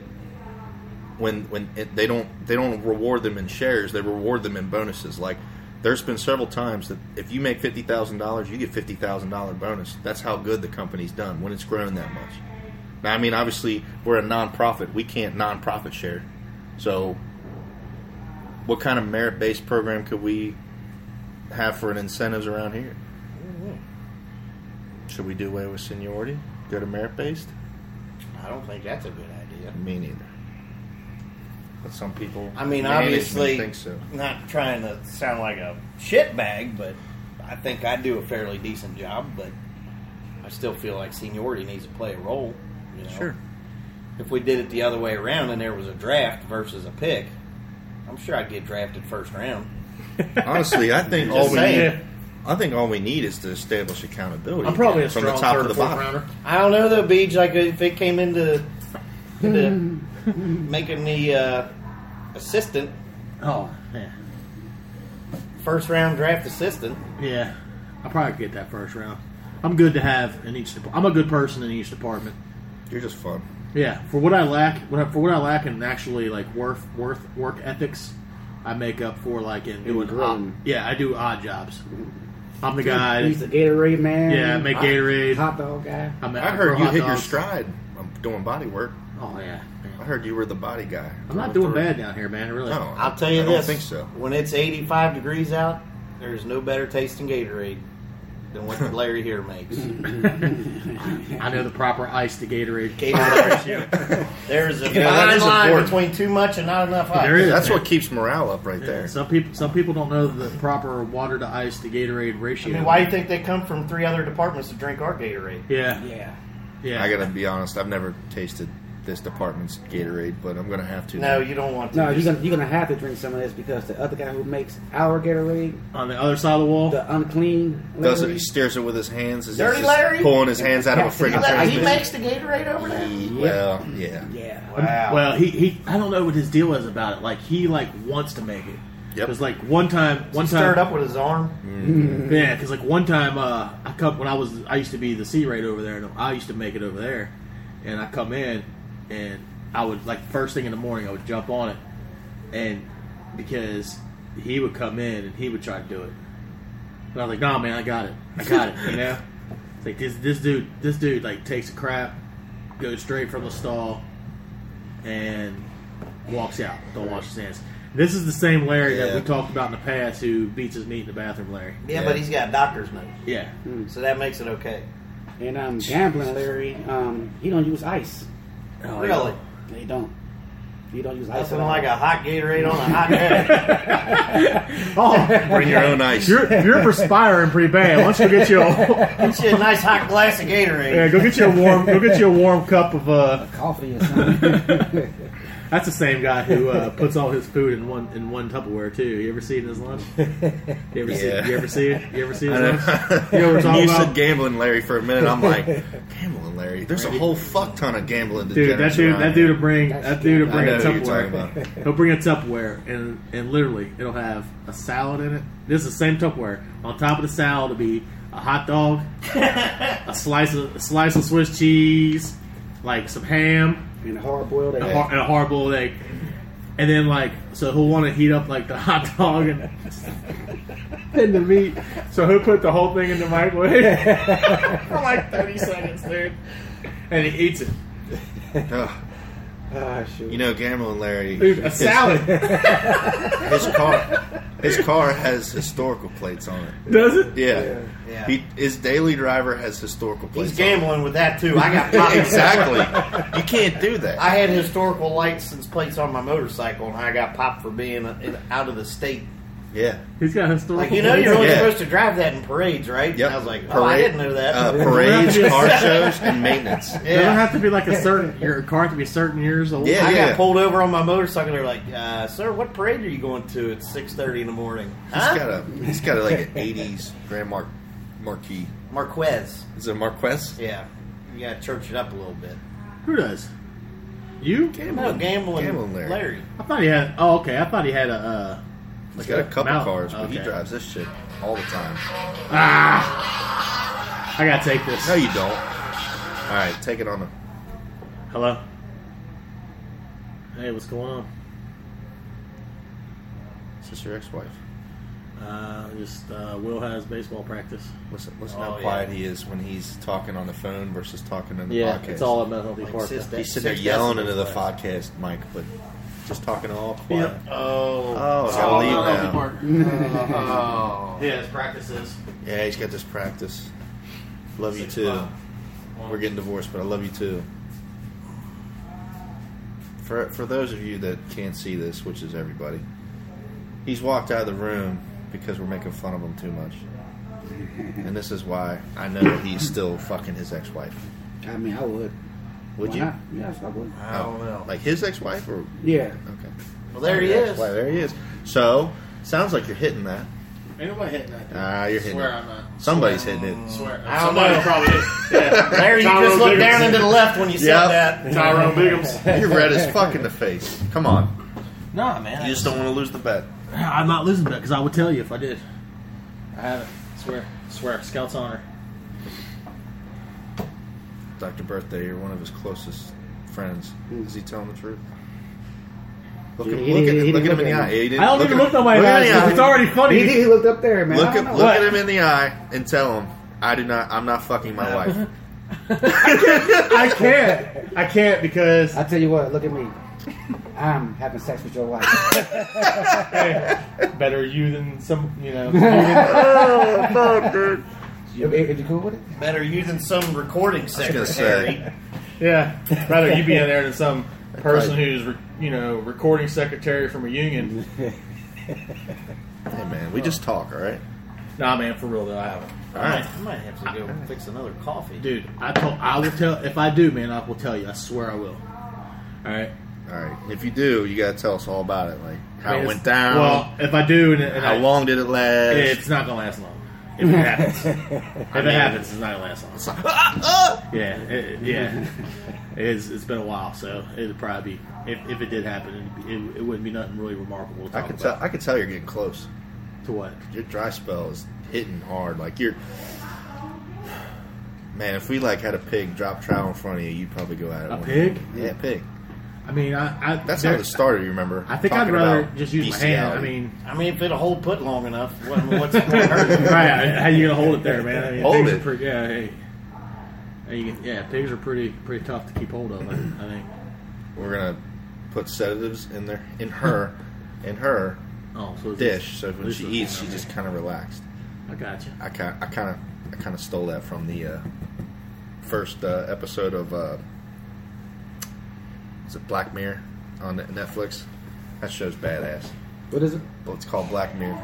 Speaker 1: when when it, they don't they don't reward them in shares, they reward them in bonuses. Like there's been several times that if you make fifty thousand dollars, you get fifty thousand dollar bonus. That's how good the company's done when it's grown that much. Now, I mean, obviously we're a nonprofit; we can't nonprofit share. So, what kind of merit based program could we have for an incentives around here? Should we do away with seniority? Go to merit based?
Speaker 3: I don't think that's a good idea.
Speaker 1: Me neither. But some people.
Speaker 3: I mean,
Speaker 1: management
Speaker 3: obviously,
Speaker 1: think so.
Speaker 3: not trying to sound like a shitbag, but I think I do a fairly decent job. But I still feel like seniority needs to play a role. You know? If we did it the other way around and there was a draft versus a pick, I'm sure I'd get drafted first round.
Speaker 1: Honestly, I think
Speaker 3: Just
Speaker 1: all we
Speaker 3: saying.
Speaker 1: need. I think all we need is to establish accountability.
Speaker 2: I'm probably a
Speaker 1: from
Speaker 2: strong
Speaker 1: the top
Speaker 2: third
Speaker 1: to the
Speaker 2: or fourth
Speaker 1: bottom.
Speaker 2: rounder.
Speaker 3: I don't know though, Beach. Like if it came into, into making the uh, assistant
Speaker 2: Oh yeah,
Speaker 3: first round draft assistant.
Speaker 2: yeah. I probably get that first round. I'm good to have in each. Dep- I'm a good person in each department.
Speaker 1: You're just fun.
Speaker 2: Yeah, for what I lack, what I- for what I lack in actually like worth worth work ethics, I make up for like in doing odd,
Speaker 4: grilling.
Speaker 2: yeah, I do odd jobs. I'm the guy.
Speaker 4: He's the Gatorade man.
Speaker 2: Yeah, I make Gatorade.
Speaker 4: Hot dog guy.
Speaker 2: I'm,
Speaker 1: I
Speaker 2: grow
Speaker 1: heard you
Speaker 2: hot
Speaker 1: hit your
Speaker 2: dogs.
Speaker 1: stride. I'm doing body work.
Speaker 2: Oh yeah,
Speaker 1: I
Speaker 2: man.
Speaker 1: heard you were the body guy.
Speaker 2: I'm not doing
Speaker 1: Through.
Speaker 2: bad down here, man. I really.
Speaker 1: No,
Speaker 3: I'll tell you
Speaker 1: I
Speaker 3: this:
Speaker 1: Don't think so.
Speaker 3: When it's 85 degrees out, there's no better tasting Gatorade than what Larry here makes.
Speaker 2: I know the proper ice to Gatorade.
Speaker 3: Gatorade ratio. There's a
Speaker 1: You know, that
Speaker 3: fine
Speaker 1: is
Speaker 3: line
Speaker 1: important.
Speaker 3: between too much and not enough ice.
Speaker 2: There is.
Speaker 1: That's what keeps morale up right there.
Speaker 2: Some people, some people don't know the proper water to ice to Gatorade
Speaker 3: I
Speaker 2: ratio.
Speaker 3: mean, why do you think they come from three other departments to drink our Gatorade?
Speaker 2: Yeah,
Speaker 4: Yeah.
Speaker 2: yeah.
Speaker 1: I gotta be honest. I've never tasted this department's Gatorade, but I'm gonna have to.
Speaker 3: No, you don't want to.
Speaker 4: No, you're gonna you're gonna have to drink some of this because the other guy who makes our Gatorade,
Speaker 2: on the other side of the wall.
Speaker 4: the unclean,
Speaker 1: does it?
Speaker 4: Larry,
Speaker 1: He steers it with his hands. Is
Speaker 3: Dirty
Speaker 1: just
Speaker 3: Larry?
Speaker 1: pulling his hands out of a
Speaker 4: You
Speaker 1: freaking
Speaker 4: let-
Speaker 3: he
Speaker 1: trash
Speaker 3: makes the Gatorade over there.
Speaker 1: can? Well, yeah.
Speaker 4: Yeah.
Speaker 3: Wow.
Speaker 2: Well, he, he I don't know what his deal is about it. Like he like wants to make it.
Speaker 1: Yep.
Speaker 2: Because like one time, one
Speaker 3: he
Speaker 2: time,
Speaker 3: stirred up with his arm.
Speaker 2: yeah. Because like one time, uh, I come when I was I used to be the C rate over there, and I used to make it over there, and I come in, and I would like first thing in the morning I would jump on it, and because he would come in and he would try to do it, and I was like, Nah, man, I got it, I got it, you know. It's like this this dude this dude like takes a crap, goes straight from the stall, and walks out. Don't wash his hands. This is the same Larry that
Speaker 1: Yeah.
Speaker 2: we talked about in the past who beats his meat in the bathroom, Larry.
Speaker 3: Yeah,
Speaker 1: Yeah.
Speaker 3: but he's got a doctor's note,
Speaker 2: Yeah.
Speaker 3: so that makes it okay.
Speaker 4: and um, gambling Larry, um, he don't use ice.
Speaker 1: Oh,
Speaker 3: really?
Speaker 4: They don't. He don't use ice.
Speaker 3: Nothing
Speaker 4: at all.
Speaker 3: like a hot Gatorade on a hot day.
Speaker 2: Oh,
Speaker 1: Bring your own ice.
Speaker 2: you're you're perspiring pretty bad. Once we get you, a,
Speaker 3: Get you a nice hot glass of
Speaker 2: yeah,
Speaker 3: Gatorade.
Speaker 2: go get you a warm, go get you a warm cup of. Uh,
Speaker 4: coffee or something.
Speaker 2: that's the same guy who uh, puts all his food in one in one Tupperware too. You ever see it in his lunch? You ever
Speaker 1: Yeah.
Speaker 2: see? You ever see it? You ever see
Speaker 1: I
Speaker 2: his
Speaker 1: know.
Speaker 2: lunch? You know what we're talking
Speaker 1: you said
Speaker 2: about?
Speaker 1: gambling, Larry, for a minute. I'm like, gambling, Larry. There's a whole fuck ton of gambling.
Speaker 2: Dude, that
Speaker 1: degenerates
Speaker 2: dude,
Speaker 1: around
Speaker 2: that
Speaker 1: here.
Speaker 2: dude will bring that dude
Speaker 1: I
Speaker 2: will bring
Speaker 1: know
Speaker 2: a
Speaker 1: who you're talking
Speaker 2: Tupperware.
Speaker 1: about.
Speaker 2: He'll bring a Tupperware and and literally it'll have a salad in it. This is the same Tupperware. On top of the salad will be a hot dog, a slice of a slice of Swiss cheese, like some ham,
Speaker 4: and hard boiled
Speaker 2: and a
Speaker 4: egg.
Speaker 2: har- and a hard boiled egg. And then like so he'll want to heat up like the hot dog and, and the meat. So he'll put the whole thing in the microwave for like thirty seconds, dude. And he eats it.
Speaker 1: Ugh.
Speaker 4: Ah, shoot.
Speaker 1: You know, Gambling Larry,
Speaker 2: Dude, a salad.
Speaker 1: his car, his car has historical plates on it.
Speaker 2: Does it?
Speaker 1: Yeah,
Speaker 3: Yeah.
Speaker 1: He, his daily driver has historical plates.
Speaker 3: He's gambling with that too. I got
Speaker 1: On
Speaker 3: my,
Speaker 1: it. exactly. You can't do that.
Speaker 3: I had historical license plates on my motorcycle, and I got popped for being in, out of the state.
Speaker 1: yeah.
Speaker 2: He's got historical.
Speaker 3: Like you know, you're
Speaker 2: plates.
Speaker 3: only
Speaker 1: Yeah.
Speaker 3: supposed to drive that in parades, right?
Speaker 1: Yep.
Speaker 3: And I was like, oh, I
Speaker 1: Parade-
Speaker 3: didn't know that.
Speaker 1: Uh, parades, car shows, and maintenance.
Speaker 2: It doesn't
Speaker 3: yeah.
Speaker 2: have to be like a certain your car to be certain years old.
Speaker 1: Yeah.
Speaker 3: I got pulled over on my motorcycle. They're like, uh, "Sir, what parade are you going to?" It's six thirty in the morning. Huh?
Speaker 1: He's got a he's got a, like an '80s Grand Mar- Marquis.
Speaker 3: Marquez.
Speaker 1: Is it Marquez?
Speaker 3: Yeah, you got to church it up a little bit.
Speaker 2: Who does? You?
Speaker 3: No, gambling,
Speaker 1: Gambling
Speaker 3: Larry.
Speaker 1: Larry.
Speaker 2: I thought he had. Oh, okay. I thought he had a. Uh,
Speaker 1: He's got a couple
Speaker 2: Mount-
Speaker 1: cars, but he
Speaker 2: okay.
Speaker 1: drives this shit all the time.
Speaker 2: Ah, I gotta take this.
Speaker 1: No, you don't. All right, take it on the.
Speaker 2: Hello. Hey, what's going on?
Speaker 1: Is this your ex-wife?
Speaker 2: Uh, just uh, Will has baseball practice.
Speaker 1: Listen, listen
Speaker 3: Oh,
Speaker 1: how
Speaker 3: yeah.
Speaker 1: quiet he is when he's talking on the phone versus talking in the podcast.
Speaker 2: it's all at Mental Health
Speaker 3: Like
Speaker 2: Park.
Speaker 3: sister.
Speaker 1: he's sitting there
Speaker 3: Six
Speaker 1: yelling into the
Speaker 3: decibels
Speaker 1: podcast mic, but just talking all quiet.
Speaker 2: Yeah.
Speaker 3: Oh,
Speaker 1: Oh, it's gotta leave now.
Speaker 3: Oh.
Speaker 2: Yeah, his practices.
Speaker 1: Yeah, he's got this practice. Love you
Speaker 2: Six
Speaker 1: too.
Speaker 2: o'clock.
Speaker 1: We're getting divorced, but I love you too. For for those of you that can't see this, which is everybody, he's walked out of the room because we're making fun of him too much. And this is why I know that he's still fucking his ex-wife.
Speaker 4: I mean, I would.
Speaker 1: Would
Speaker 4: Why
Speaker 1: you?
Speaker 4: Not? Yes, I would.
Speaker 3: I don't know.
Speaker 1: Like his ex-wife or
Speaker 4: Yeah.
Speaker 1: okay?
Speaker 3: well, there he
Speaker 1: His
Speaker 3: is.
Speaker 1: ex-wife, There he is. So sounds like you're hitting that.
Speaker 2: Ain't nobody hitting that.
Speaker 1: Ah, you're hitting.
Speaker 2: Swear
Speaker 1: it.
Speaker 2: I'm not.
Speaker 1: Somebody's hitting it.
Speaker 2: Swear.
Speaker 3: I don't know.
Speaker 2: probably
Speaker 3: Larry, you
Speaker 2: Tyrone
Speaker 3: just looked
Speaker 2: Biggins.
Speaker 3: down into the left when you
Speaker 1: Yep.
Speaker 3: said that.
Speaker 2: Tyrone Biggums.
Speaker 1: You're red as fuck in the face. Come on.
Speaker 2: Nah, man.
Speaker 1: You just don't want to lose the bet.
Speaker 2: I'm not losing that because I would tell you if I did. I haven't. Swear. Swear. Scout's honor.
Speaker 1: Dr. Birthday, you're one of his closest friends. Is he telling the truth? Look,
Speaker 4: He-
Speaker 1: him,
Speaker 4: he-
Speaker 1: look, at,
Speaker 4: he
Speaker 1: look at
Speaker 4: didn't
Speaker 1: him in the
Speaker 4: look at
Speaker 1: eye. He didn't
Speaker 2: I don't even
Speaker 1: at-
Speaker 2: look nobody in
Speaker 1: look
Speaker 2: the
Speaker 1: at
Speaker 2: eyes.
Speaker 1: him.
Speaker 2: It's already funny.
Speaker 4: He, he looked up there, man.
Speaker 1: Look,
Speaker 4: I
Speaker 1: at,
Speaker 4: don't
Speaker 1: look
Speaker 4: know.
Speaker 1: at him in the eye and tell him, I do not, I'm not fucking my wife.
Speaker 2: I can't. I can't because
Speaker 4: I tell you what, look at me. I'm having sex with your wife.
Speaker 2: hey, better you than some. You know.
Speaker 4: If if you cool with it?
Speaker 3: Better using some recording
Speaker 1: gonna
Speaker 3: secretary.
Speaker 1: say.
Speaker 2: yeah. Rather you be in there than some person
Speaker 1: Right.
Speaker 2: who's re- you know recording secretary from a union.
Speaker 1: hey, man, we just talk, all right?
Speaker 2: Nah, man. For real though, I haven't.
Speaker 1: All
Speaker 3: I might,
Speaker 1: right.
Speaker 3: I might have to go fix another coffee.
Speaker 2: Dude, I told. I will tell. If I do, man, I will tell you. I swear I will. All right.
Speaker 1: All right. If you do, you got to tell us all about it. Like, how it
Speaker 2: It's-
Speaker 1: went down,
Speaker 2: Well, if I do, and, and
Speaker 1: how
Speaker 2: I,
Speaker 1: long did it last?
Speaker 2: it's not gonna last long. If it happens, if it happens, it's not gonna last long.
Speaker 1: It's like, "Ah, ah!"
Speaker 2: Yeah, it, yeah. It's, it's been a while, so it'd probably be if, if it did happen, it'd be, it, it wouldn't be nothing really remarkable to
Speaker 1: I
Speaker 2: talk
Speaker 1: could tell.
Speaker 2: about.
Speaker 1: I could tell you're getting close.
Speaker 2: To what?
Speaker 1: your dry spell is hitting hard. Like you're, man. If we like had a pig drop trowel in front of you, you'd probably go at it.
Speaker 2: A
Speaker 1: one-
Speaker 2: pig?
Speaker 1: Yeah, pig.
Speaker 2: I mean, I, I
Speaker 1: That's how
Speaker 2: there-
Speaker 1: it started. You remember?
Speaker 2: I think I'd
Speaker 1: Talking
Speaker 2: rather
Speaker 1: about
Speaker 2: just use my hand. I
Speaker 1: bestiality.
Speaker 2: mean,
Speaker 3: I mean, if it'll hold put long enough, what, what's it going to
Speaker 2: right?
Speaker 3: hurt?
Speaker 2: How you gonna hold it there, man? I mean,
Speaker 1: Hold
Speaker 2: pigs
Speaker 1: it.
Speaker 2: Are pretty, yeah, hey. And you can- yeah, pigs are pretty pretty tough to keep hold of. I, I think.
Speaker 1: we're gonna put sedatives in there in her, in her
Speaker 2: Oh, so it's-
Speaker 1: dish. So when
Speaker 2: it's-
Speaker 1: she eats, she just kind of relaxed.
Speaker 2: I got you.
Speaker 1: I kind, I kind of, I kind of stole that from the uh, first uh, episode of uh, is it Black Mirror on Netflix? That show's badass.
Speaker 4: What is it?
Speaker 1: Well, it's called Black Mirror.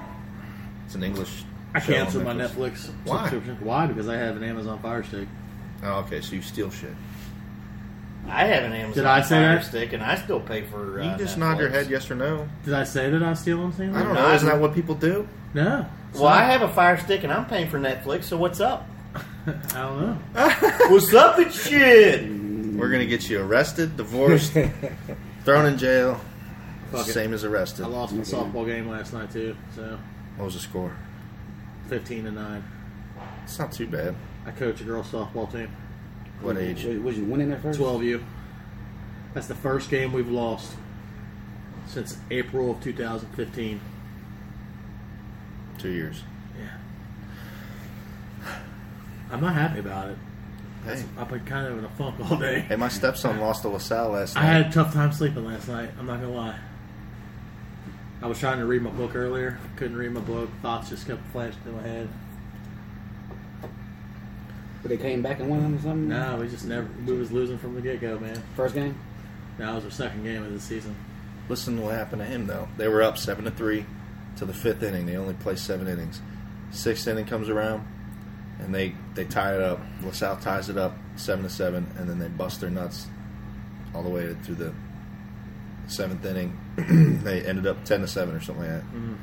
Speaker 1: It's an English.
Speaker 2: I
Speaker 1: show on
Speaker 2: canceled my Netflix
Speaker 1: Why?
Speaker 2: subscription. Why? Because I have an Amazon Fire Stick.
Speaker 1: Oh, okay. So you steal shit.
Speaker 3: I have an Amazon
Speaker 2: Did I say
Speaker 3: Fire
Speaker 2: that?
Speaker 3: Stick, and I still pay for.
Speaker 1: You
Speaker 3: Uh,
Speaker 1: just
Speaker 3: Netflix.
Speaker 1: nod your head yes or no.
Speaker 2: Did I say that I was stealing something?
Speaker 1: I don't
Speaker 3: No,
Speaker 1: know. Isn't
Speaker 3: I-
Speaker 1: that what people do?
Speaker 2: No.
Speaker 3: Well, I have a Fire Stick, and I'm paying for Netflix. So what's up?
Speaker 2: I don't know.
Speaker 3: what's up with shit?
Speaker 1: We're gonna get you arrested, divorced, thrown in jail.
Speaker 2: Fuck it.
Speaker 1: Same as arrested.
Speaker 2: I
Speaker 1: What
Speaker 2: lost my softball game last night too, so
Speaker 1: was the score?
Speaker 2: fifteen to nine.
Speaker 1: It's not too bad.
Speaker 2: I coach a girls softball team.
Speaker 1: What age?
Speaker 4: Was, was you winning at first?
Speaker 2: Twelve U. That's the first game we've lost since April of two thousand fifteen.
Speaker 1: Two years.
Speaker 2: Yeah. I'm not happy about it.
Speaker 1: Hey,
Speaker 2: I've been kind of in a funk all day.
Speaker 1: hey, my stepson lost to LaSalle last night.
Speaker 2: I had a tough time sleeping last night. I'm not gonna lie. I was trying to read my book earlier. Couldn't read my book. Thoughts just kept flashing in my head.
Speaker 4: But they came back and won them or something.
Speaker 2: No, we just never. We was losing from the get go, man.
Speaker 4: First game.
Speaker 2: That was our second game of the season.
Speaker 1: Listen to what happened to him though. They were up seven to three to the fifth inning. They only play seven innings. Sixth inning comes around and they they tie it up. LaSalle ties it up seven to seven and then they bust their nuts all the way through the seventh inning. they ended up ten to seven or something like that.
Speaker 2: Mm.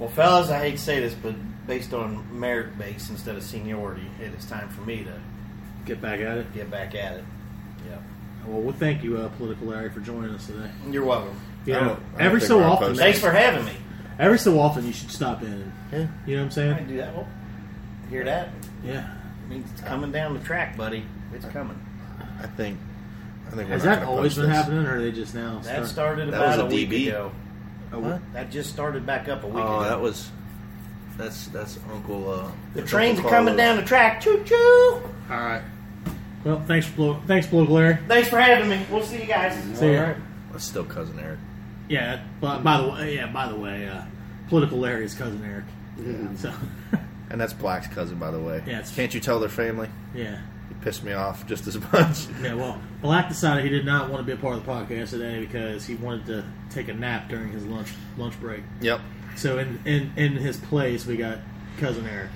Speaker 3: Well, fellas, I hate to say this, but based on merit base instead of seniority, it is time for me to
Speaker 2: Get back at it.
Speaker 3: get back at it. Yeah.
Speaker 2: Well, we thank you, uh, Political Larry, for joining us today.
Speaker 3: You're welcome.
Speaker 1: Oh, I
Speaker 2: Yeah.
Speaker 1: don't- I don't
Speaker 2: Every
Speaker 1: think
Speaker 2: so
Speaker 1: we're on
Speaker 2: often,
Speaker 1: post.
Speaker 3: Thanks for having me.
Speaker 2: every so often, you should stop in. And,
Speaker 1: Yeah.
Speaker 2: You know what I'm
Speaker 3: I
Speaker 2: saying?
Speaker 3: can do that. Well, hear that?
Speaker 2: Yeah.
Speaker 3: I mean, it's coming down the track, buddy. It's coming.
Speaker 1: I think I think we're
Speaker 2: Has
Speaker 1: not
Speaker 2: that
Speaker 1: gonna
Speaker 2: always
Speaker 1: post
Speaker 2: been
Speaker 1: this.
Speaker 2: happening, or are they just now?
Speaker 3: That
Speaker 2: starting-
Speaker 3: started
Speaker 1: That
Speaker 3: about
Speaker 1: was
Speaker 3: a,
Speaker 1: a
Speaker 3: week
Speaker 1: DB.
Speaker 3: ago.
Speaker 2: Oh,
Speaker 1: What?
Speaker 3: That just started back up a week
Speaker 1: Oh,
Speaker 3: ago.
Speaker 1: that was that's that's Uncle uh
Speaker 3: the
Speaker 1: that's
Speaker 3: trains
Speaker 1: Uncle
Speaker 3: are coming down
Speaker 1: Carlos.
Speaker 3: the track. Choo choo!
Speaker 2: All right. Well, thanks, Plo- thanks, Political Larry.
Speaker 3: Thanks for having me. We'll see you guys.
Speaker 2: See ya.
Speaker 4: All right.
Speaker 1: That's still cousin Eric.
Speaker 2: Yeah. By, by the way, yeah. By the way, uh, Political Larry's cousin Eric.
Speaker 4: Yeah.
Speaker 2: So,
Speaker 1: And that's Black's cousin by the way.
Speaker 2: Yeah, it's-
Speaker 1: Can't you tell their family?
Speaker 2: yeah.
Speaker 1: He pissed me off just as much.
Speaker 2: Yeah, well, Black decided he did not want to be a part of the podcast today because he wanted to take a nap during his lunch lunch break.
Speaker 1: Yep.
Speaker 2: So in in, in his place, we got cousin Eric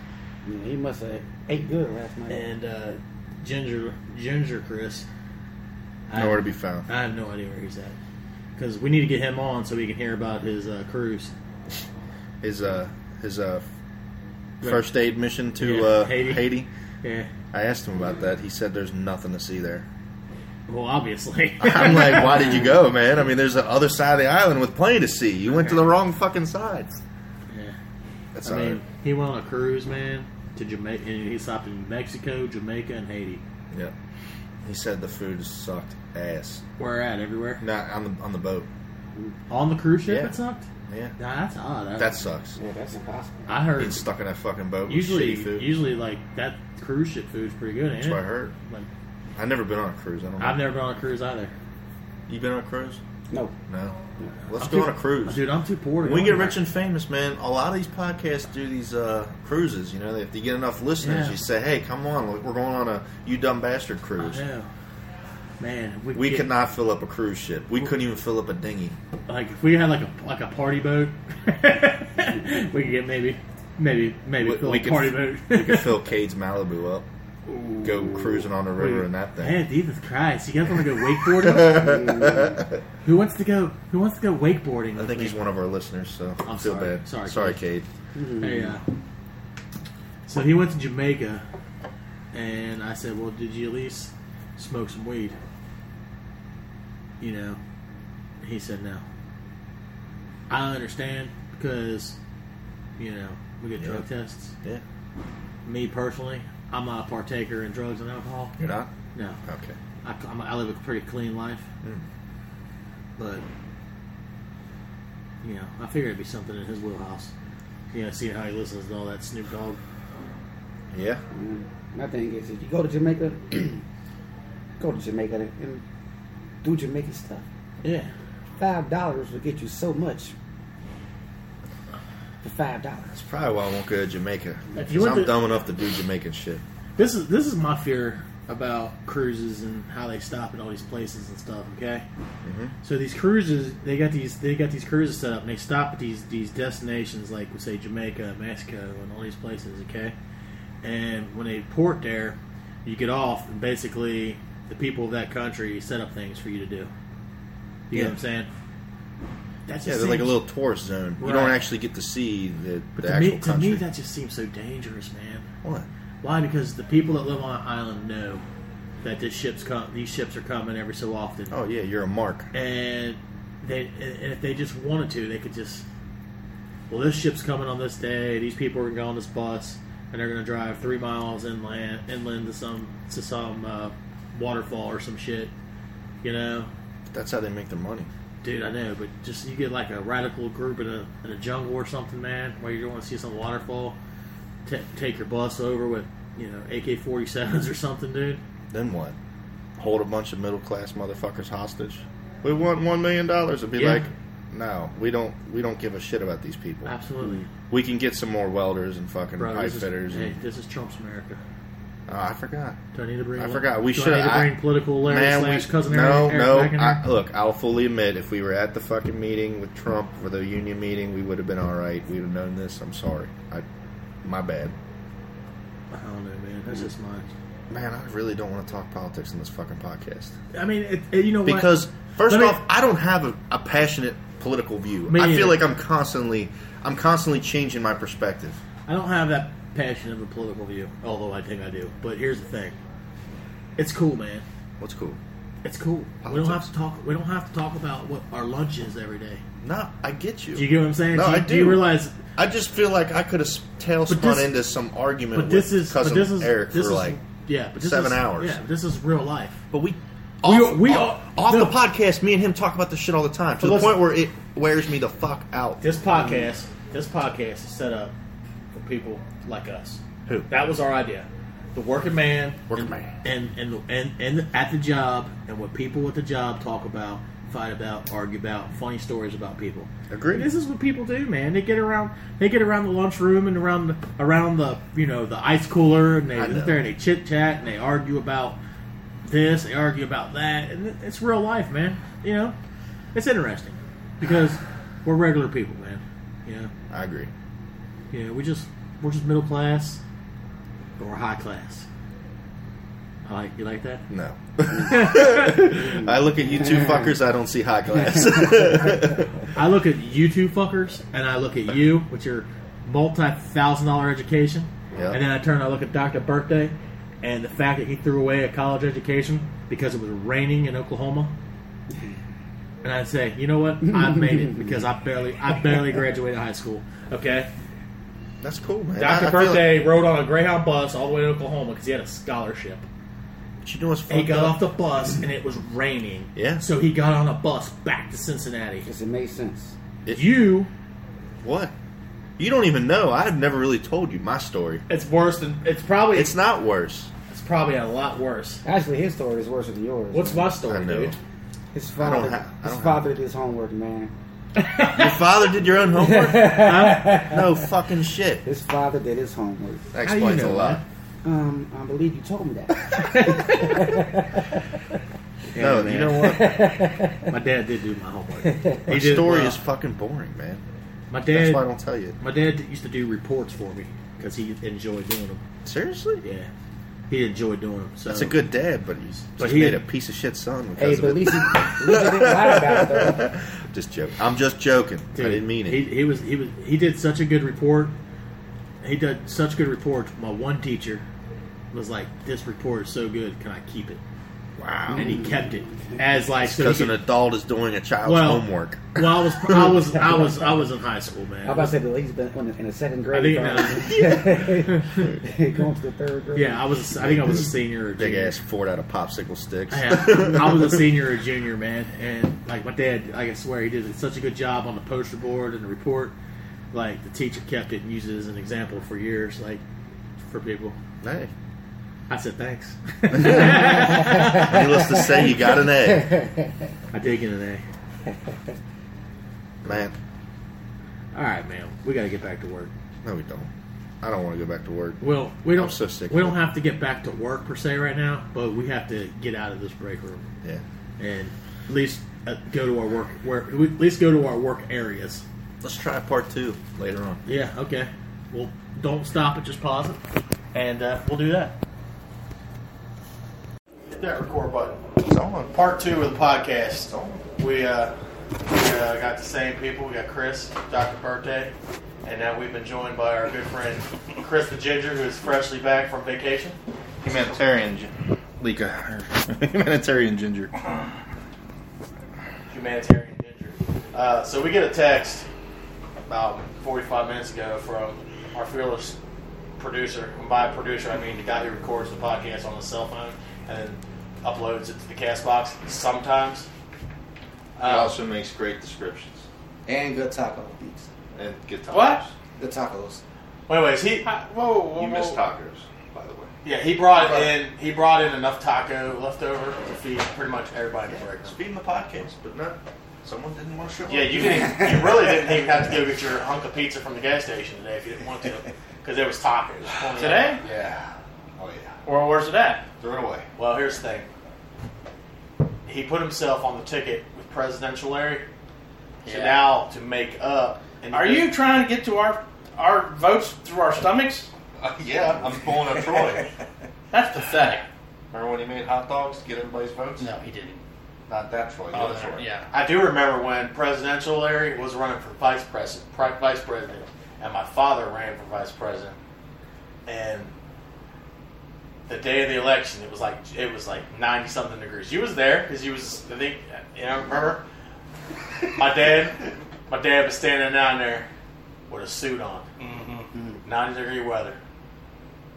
Speaker 4: Yeah, he must have ate good last night.
Speaker 2: and uh, Ginger Ginger Chris. I,
Speaker 1: Nowhere to be found.
Speaker 2: I have no idea where he's at because we need to get him on so we can hear about his uh, cruise.
Speaker 1: His uh his uh first aid mission to
Speaker 2: Yeah,
Speaker 1: uh
Speaker 2: Haiti.
Speaker 1: Haiti.
Speaker 2: Yeah.
Speaker 1: I asked him about that. He said there's nothing to see there.
Speaker 2: Well, obviously.
Speaker 1: I'm like, why did you go, man? I mean, there's the other side of the island with plenty to see. You went to the wrong fucking side.
Speaker 2: yeah.
Speaker 1: That's
Speaker 2: I
Speaker 1: all right.
Speaker 2: mean, he went on a cruise, man, to Jamaica, and he stopped in Mexico, Jamaica, and Haiti.
Speaker 1: Yeah. He said the food sucked ass.
Speaker 2: Where at? Everywhere.
Speaker 1: Not on the on the boat.
Speaker 2: On the cruise ship,
Speaker 1: Yeah.
Speaker 2: it sucked.
Speaker 1: Yeah.
Speaker 2: Nah, that's odd. I-
Speaker 1: That sucks.
Speaker 4: yeah, that's impossible.
Speaker 2: I heard
Speaker 1: Being stuck in that fucking boat with
Speaker 2: usually
Speaker 1: shitty food.
Speaker 2: usually like that cruise ship food's pretty good. Ain't
Speaker 1: That's what I
Speaker 2: it?
Speaker 1: heard.
Speaker 2: Like,
Speaker 1: I've never been on a cruise. I don't.
Speaker 2: I've
Speaker 1: know.
Speaker 2: never been on a cruise either.
Speaker 1: You been on a cruise?
Speaker 4: No.
Speaker 1: No. Let's
Speaker 2: I'm
Speaker 1: go
Speaker 2: too-
Speaker 1: on a cruise.
Speaker 2: dude. I'm too poor.
Speaker 1: When we
Speaker 2: To go
Speaker 1: get
Speaker 2: anywhere.
Speaker 1: rich and famous, man, a lot of these podcasts do these uh, cruises. You know, if you get enough listeners,
Speaker 2: Yeah.
Speaker 1: you say, "Hey, come on, look, we're going on a you dumb bastard cruise."
Speaker 2: I know. man, if we,
Speaker 1: We
Speaker 2: get,
Speaker 1: could not fill up a cruise ship. We couldn't even fill up a dinghy.
Speaker 2: like if we had like a like a party boat. we could get maybe maybe maybe
Speaker 1: We,
Speaker 2: fill
Speaker 1: we
Speaker 2: a
Speaker 1: could,
Speaker 2: party boat.
Speaker 1: we could fill Cade's Malibu up. Go cruising on the river in that thing.
Speaker 2: Man, Jesus Christ! You guys want to go wakeboarding? who wants to go? Who wants to go wakeboarding?
Speaker 1: I
Speaker 2: with
Speaker 1: think
Speaker 2: me?
Speaker 1: he's one of our listeners, so I
Speaker 2: I'm
Speaker 1: feel
Speaker 2: sorry.
Speaker 1: bad.
Speaker 2: Sorry,
Speaker 1: Cade.
Speaker 2: Hey, uh, so he went to Jamaica, and I said, "Well, did you at least smoke some weed?" You know, he said, "No." I understand because, you know, we get drug tests.
Speaker 1: Yeah,
Speaker 2: Me personally, I'm not a partaker in drugs and alcohol.
Speaker 1: you're not
Speaker 2: No,
Speaker 1: okay.
Speaker 2: I, I'm, I live a pretty clean life, but you know, I figured it'd be something in his wheelhouse. You know, seeing how he listens to all that Snoop Dogg.
Speaker 1: Yeah,
Speaker 4: Mm, My thing is, if you go to Jamaica, go to Jamaica and do Jamaican stuff.
Speaker 2: Yeah,
Speaker 4: Five dollars will get you so much. For five dollars.
Speaker 1: that's probably why I won't go to Jamaica.
Speaker 2: If you
Speaker 1: 'Cause
Speaker 2: went
Speaker 1: I'm
Speaker 2: to-
Speaker 1: dumb enough to do Jamaican shit.
Speaker 2: this is this is my fear about cruises and how they stop at all these places and stuff. Okay,
Speaker 1: Mm-hmm.
Speaker 2: so these cruises they got these they got these cruises set up and they stop at these these destinations like we say Jamaica, Mexico, and all these places. Okay, and when they port there, you get off and basically the people of that country set up things for you to do. You know
Speaker 1: Yeah.
Speaker 2: what I'm saying? That's
Speaker 1: Yeah,
Speaker 2: just
Speaker 1: they're like a
Speaker 2: seems-
Speaker 1: little tourist zone. You don't
Speaker 2: Right.
Speaker 1: actually get to see the,
Speaker 2: But
Speaker 1: the
Speaker 2: to
Speaker 1: actual
Speaker 2: me, to
Speaker 1: country.
Speaker 2: me, that just seems so dangerous, man.
Speaker 1: what?
Speaker 2: Why? Because the people that live on an island know that this ship's com- these ships are coming every so often,
Speaker 1: Oh yeah, you're a mark.
Speaker 2: and they and if they just wanted to, they could just well, this ship's coming on this day. These people are going to go on this bus, and they're going to drive three miles inland inland to some to some uh, waterfall or some shit, you know.
Speaker 1: That's how they make their money.
Speaker 2: Dude, I know, but just you get like a radical group in a, in a jungle or something, man, where you don't want to see some waterfall. T- take your bus over with you know, AK 47s or something, dude.
Speaker 1: Then what? Hold a bunch of middle class motherfuckers hostage? We want one million dollars. It'd be
Speaker 2: Yeah.
Speaker 1: like, no, we don't. We don't give a shit about these people.
Speaker 2: Absolutely.
Speaker 1: We can get some more welders and fucking
Speaker 2: Bro,
Speaker 1: Mm-hmm. pipe
Speaker 2: this is,
Speaker 1: fitters.
Speaker 2: hey,
Speaker 1: and,
Speaker 2: this is Trump's America.
Speaker 1: oh, I forgot.
Speaker 2: Do I need to bring?
Speaker 1: I forgot. We
Speaker 2: do
Speaker 1: should-
Speaker 2: I need to
Speaker 1: I-
Speaker 2: bring political Larry
Speaker 1: Man,
Speaker 2: slash
Speaker 1: we,
Speaker 2: cousin
Speaker 1: no,
Speaker 2: Eric, Eric
Speaker 1: no.
Speaker 2: back in
Speaker 1: I,
Speaker 2: there?
Speaker 1: look, I'll fully admit, if we were at the fucking meeting with Trump for the union meeting, we would have been all right. We'd have known this. I'm sorry. I, my bad.
Speaker 2: I don't know, man. That's just mine.
Speaker 1: Man, I really don't want to talk politics on this fucking podcast
Speaker 2: I mean, it, it- you know what?
Speaker 1: because first
Speaker 2: Let me-
Speaker 1: off, I don't have a, a passionate political view.
Speaker 2: Me
Speaker 1: I feel
Speaker 2: either.
Speaker 1: like I'm constantly, I'm constantly changing my perspective.
Speaker 2: I don't have that passion of a political view, although I think I do. But here's the thing: it's cool, man.
Speaker 1: What's cool?
Speaker 2: It's cool. We
Speaker 1: Politics.
Speaker 2: don't have to talk. We don't have to talk about what our lunch is every day.
Speaker 1: No, I get you.
Speaker 2: Do you get what I'm saying?
Speaker 1: No,
Speaker 2: do, you,
Speaker 1: I
Speaker 2: you
Speaker 1: do.
Speaker 2: realize?
Speaker 1: I just feel like I could have tail spun
Speaker 2: this-
Speaker 1: into some argument
Speaker 2: But this
Speaker 1: with
Speaker 2: is.
Speaker 1: cousin
Speaker 2: But this is.
Speaker 1: Eric
Speaker 2: this
Speaker 1: for
Speaker 2: is,
Speaker 1: like,
Speaker 2: yeah, but this
Speaker 1: seven
Speaker 2: is,
Speaker 1: hours.
Speaker 2: Yeah, but this is real life.
Speaker 1: but we.
Speaker 2: We-
Speaker 1: Off,
Speaker 2: we-
Speaker 1: off, off
Speaker 2: no.
Speaker 1: the podcast, me and him talk about this shit all the time to
Speaker 2: But
Speaker 1: the
Speaker 2: listen-
Speaker 1: point where it wears me the fuck out.
Speaker 2: This podcast, this podcast is set up for people like us.
Speaker 1: Who?
Speaker 2: That was our idea. The working man,
Speaker 1: Working
Speaker 2: and,
Speaker 1: man.
Speaker 2: and and and and at the job, and what people at the job talk about, fight about, argue about, funny stories about people.
Speaker 1: Agreed.
Speaker 2: And This is what people do, man. They get around, they get around the lunchroom and around the, around the you know the ice cooler, and they
Speaker 1: I know.
Speaker 2: sit there and they chit chat and they argue about this, they argue about that, and it- it's real life, man. You know, it's interesting because we're regular people, man. You know,
Speaker 1: I agree.
Speaker 2: you know, we just we're just middle class, but we're high class. I like you like that.
Speaker 1: No. I look at you two fuckers, I don't see high class.
Speaker 2: I look at you two fuckers, and I look at you with your multi-thousand dollar education,
Speaker 1: Yeah.
Speaker 2: and then I turn and I look at Doctor Birthday, and the fact that he threw away a college education because it was raining in Oklahoma, and I'd say, you know what, I made it because I barely, I barely graduated high school. Okay,
Speaker 1: That's cool, man. I- I
Speaker 2: Doctor
Speaker 1: feel
Speaker 2: Birthday rode on a Greyhound bus all the way to Oklahoma because he had a scholarship.
Speaker 1: Like, you know what's
Speaker 2: He
Speaker 1: fucked
Speaker 2: got
Speaker 1: up?
Speaker 2: off the bus and it was raining.
Speaker 1: Yeah.
Speaker 2: So he got on a bus back to Cincinnati.
Speaker 4: Because it made sense.
Speaker 2: You
Speaker 1: What? You don't even know. I've never really told you my story.
Speaker 2: It's worse than it's probably
Speaker 1: It's
Speaker 2: it's,
Speaker 1: not worse.
Speaker 2: probably a lot worse.
Speaker 4: Actually, his story is worse than yours.
Speaker 2: What's my story,
Speaker 1: I know.
Speaker 2: dude?
Speaker 4: his
Speaker 1: I don't
Speaker 4: father?
Speaker 1: ha- I
Speaker 4: his
Speaker 1: don't
Speaker 4: father did his homework, man.
Speaker 1: Your father did your own homework? no fucking shit.
Speaker 4: His father did his homework.
Speaker 1: That
Speaker 2: How do you
Speaker 1: explains
Speaker 2: know
Speaker 1: a lot.
Speaker 4: Um, I believe you told me that.
Speaker 1: no,
Speaker 2: man.
Speaker 1: you know what?
Speaker 2: My dad did do my homework. He
Speaker 1: My
Speaker 2: did
Speaker 1: story
Speaker 2: well.
Speaker 1: is fucking boring, man.
Speaker 2: my
Speaker 1: That's
Speaker 2: dad.
Speaker 1: why I don't tell you.
Speaker 2: My dad used to do reports for me because he enjoyed doing them.
Speaker 1: Seriously?
Speaker 2: Yeah, he enjoyed doing them. So
Speaker 1: That's a good dad, but he's
Speaker 2: But
Speaker 1: just
Speaker 2: he-
Speaker 1: made a piece of shit son
Speaker 4: hey,
Speaker 1: because
Speaker 4: but at
Speaker 1: of it.
Speaker 4: least, he, at least he didn't lie about it, though.
Speaker 1: Just joking. I'm just joking.
Speaker 2: Dude,
Speaker 1: I didn't mean it.
Speaker 2: He, he was he was he did such a good report. He did such good reports. My one teacher was like, "This report is so good, can I keep it?"
Speaker 1: wow.
Speaker 2: And he kept it as like so he
Speaker 1: Because
Speaker 2: could-
Speaker 1: an adult is doing a child's
Speaker 2: Well-
Speaker 1: homework.
Speaker 2: Well, I was I was I was I was in high school, man.
Speaker 4: I was about to say, but he's been in the second
Speaker 2: I
Speaker 4: grade.
Speaker 2: think
Speaker 4: probably. going to the third grade.
Speaker 2: Yeah, I was. I think I was a senior or
Speaker 1: Big
Speaker 2: junior.
Speaker 1: ass Ford out of popsicle sticks.
Speaker 2: Yeah, I was a senior or junior, man. And like my dad, like I swear, he did such a good job on the poster board and the report. Like the teacher kept it and used it as an example for years, like for people.
Speaker 1: Hey,
Speaker 2: I said thanks.
Speaker 1: needless to say, you got an A,
Speaker 2: I did get an
Speaker 1: man.
Speaker 2: A. All right, man. We got to get back to work.
Speaker 1: No, we don't. I don't want to go back to work.
Speaker 2: Well, we don't.
Speaker 1: I'm so sick of
Speaker 2: we don't
Speaker 1: it.
Speaker 2: have to get back to work per se right now, but we have to get out of this break room.
Speaker 1: Yeah.
Speaker 2: and at least uh, go to our work where we at least go to our work areas.
Speaker 1: Let's try part two later on.
Speaker 2: Yeah. Okay. Well, don't stop it. Just pause it, and uh, we'll do that. Hit that record button.
Speaker 1: It's on.
Speaker 2: Part two of the podcast. We uh, we uh, got the same people. We got Chris, Doctor Birthday, and now we've been joined by our good friend Chris the Ginger, who is freshly back from vacation.
Speaker 1: Humanitarian gin- Lika. Humanitarian ginger.
Speaker 2: humanitarian ginger. Uh, so we get a text about 45 minutes ago from our fearless producer. And by producer, I mean the guy who records the podcast on his cell phone and then uploads it to the cast box sometimes. Uh,
Speaker 1: makes great descriptions
Speaker 5: And good taco beats.
Speaker 1: and guitars.
Speaker 2: What?
Speaker 5: Good tacos.
Speaker 2: anyways, he
Speaker 6: Whoa, whoa, whoa.
Speaker 1: tacos, by the way.
Speaker 2: Yeah, he brought
Speaker 5: Right.
Speaker 2: in he brought in enough taco leftover to feed pretty much everybody in the break room.
Speaker 1: Speeding the podcast, but no, someone didn't want to show
Speaker 2: Yeah, you didn't. You really didn't even have to go get your hunk of pizza from the gas station today if you didn't want to, because there was tacos
Speaker 6: Today?
Speaker 2: Yeah. Oh yeah.
Speaker 6: Or where's it at?
Speaker 2: Throw it away. Well, here's the thing. He put himself on the ticket with presidential Larry. So
Speaker 6: Yeah.
Speaker 2: now to make up. And
Speaker 6: Are you trying to get to our our votes through our stomachs?
Speaker 1: Uh, yeah, I'm pulling a Troy.
Speaker 6: That's pathetic.
Speaker 1: Remember when he made hot dogs to get everybody's votes?
Speaker 6: No, he didn't.
Speaker 1: Not that Troy. the
Speaker 6: Oh,
Speaker 1: other Troy.
Speaker 6: yeah.
Speaker 2: I do remember when presidential Larry was running for vice president, pri- vice president, and my father ran for vice president. And the day of the election, it was like it was like ninety something degrees. You was there because you was I think you know remember my dad. My dad was standing down there with a suit on, ninety degree weather,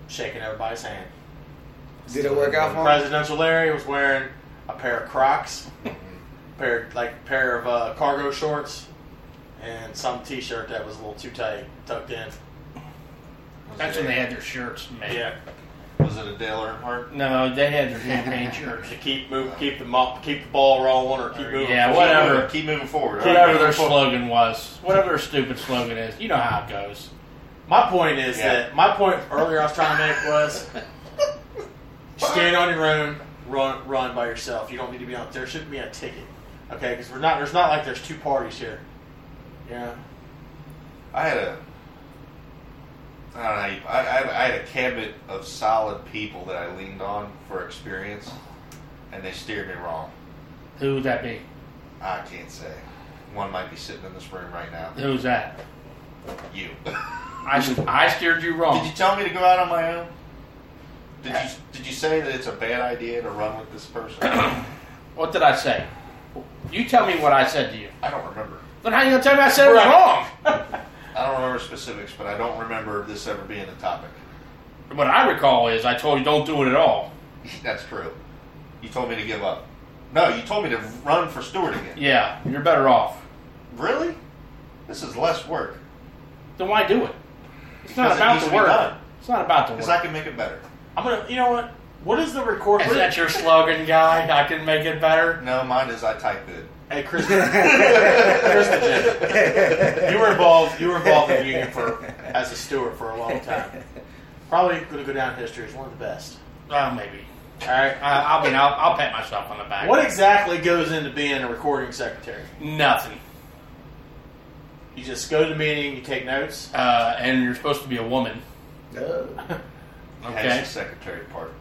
Speaker 2: shaking everybody's hand.
Speaker 5: Did it work out for him?
Speaker 2: Presidential Larry was wearing a pair of Crocs, pair like pair of uh, cargo shorts, and some T-shirt that was a little too tight, tucked in.
Speaker 6: That's when they had their shirts made.
Speaker 2: Yeah,
Speaker 1: Was it a Dale Earnhardt?
Speaker 6: No, they had their campaign shirts.
Speaker 2: to keep move, keep the mo- keep the ball rolling, or keep moving.
Speaker 6: Yeah,
Speaker 2: forward.
Speaker 6: whatever.
Speaker 1: Keep moving forward. all right?
Speaker 6: Whatever their slogan was, whatever their stupid slogan is, you know how it goes.
Speaker 2: My point is
Speaker 1: Yeah.
Speaker 2: that my point earlier I was trying to make was stand on your own, run run by yourself. You don't need to be on. There shouldn't be a ticket, okay? Because we're not. There's not like there's two parties here. Yeah.
Speaker 1: I had a. I don't know. how you- I, I, I had a cabinet of solid people that I leaned on for experience, and they steered me wrong.
Speaker 6: Who would that be?
Speaker 1: I can't say. One might be sitting in this room right now.
Speaker 6: Who's that?
Speaker 1: You.
Speaker 6: I, I steered you
Speaker 1: Did
Speaker 6: wrong.
Speaker 1: you tell me to go out on my own? Did
Speaker 6: Uh,
Speaker 1: you Did you say that it's a bad idea to run with this person? I
Speaker 6: What did I say? You tell me what I said to you.
Speaker 1: don't remember.
Speaker 6: Then how you gonna tell me I said it was wrong?
Speaker 2: Right.
Speaker 1: I don't remember specifics, but I don't remember this ever being a topic.
Speaker 6: What I recall is I told you don't do it at all.
Speaker 1: That's true. You told me to give up. No, you told me to run for steward again.
Speaker 6: Yeah, you're better off.
Speaker 1: Really? This is less work.
Speaker 6: Then why do it? It's not
Speaker 1: Because it
Speaker 6: about
Speaker 1: needs to
Speaker 6: the
Speaker 1: be
Speaker 6: work.
Speaker 1: done.
Speaker 6: It's not about the
Speaker 1: Because
Speaker 6: work.
Speaker 1: I can make it better.
Speaker 2: I'm gonna. You know what? What is the record?
Speaker 6: Is that your slogan, guy? I can make it better.
Speaker 1: No, mine is I type it.
Speaker 2: Hey, Chris. Chris the Jim. You were involved. You were involved in the union for as a steward for a long time. Probably going to go down in history as one of the best.
Speaker 6: Well, maybe.
Speaker 2: All right.
Speaker 6: I, I mean, I'll, I'll pat myself on the back.
Speaker 2: What exactly goes into being a recording secretary?
Speaker 6: Nothing.
Speaker 2: You just go to the meeting, you take notes.
Speaker 6: Uh, and you're supposed to be a woman.
Speaker 1: Hence
Speaker 6: Okay.
Speaker 1: the secretary part.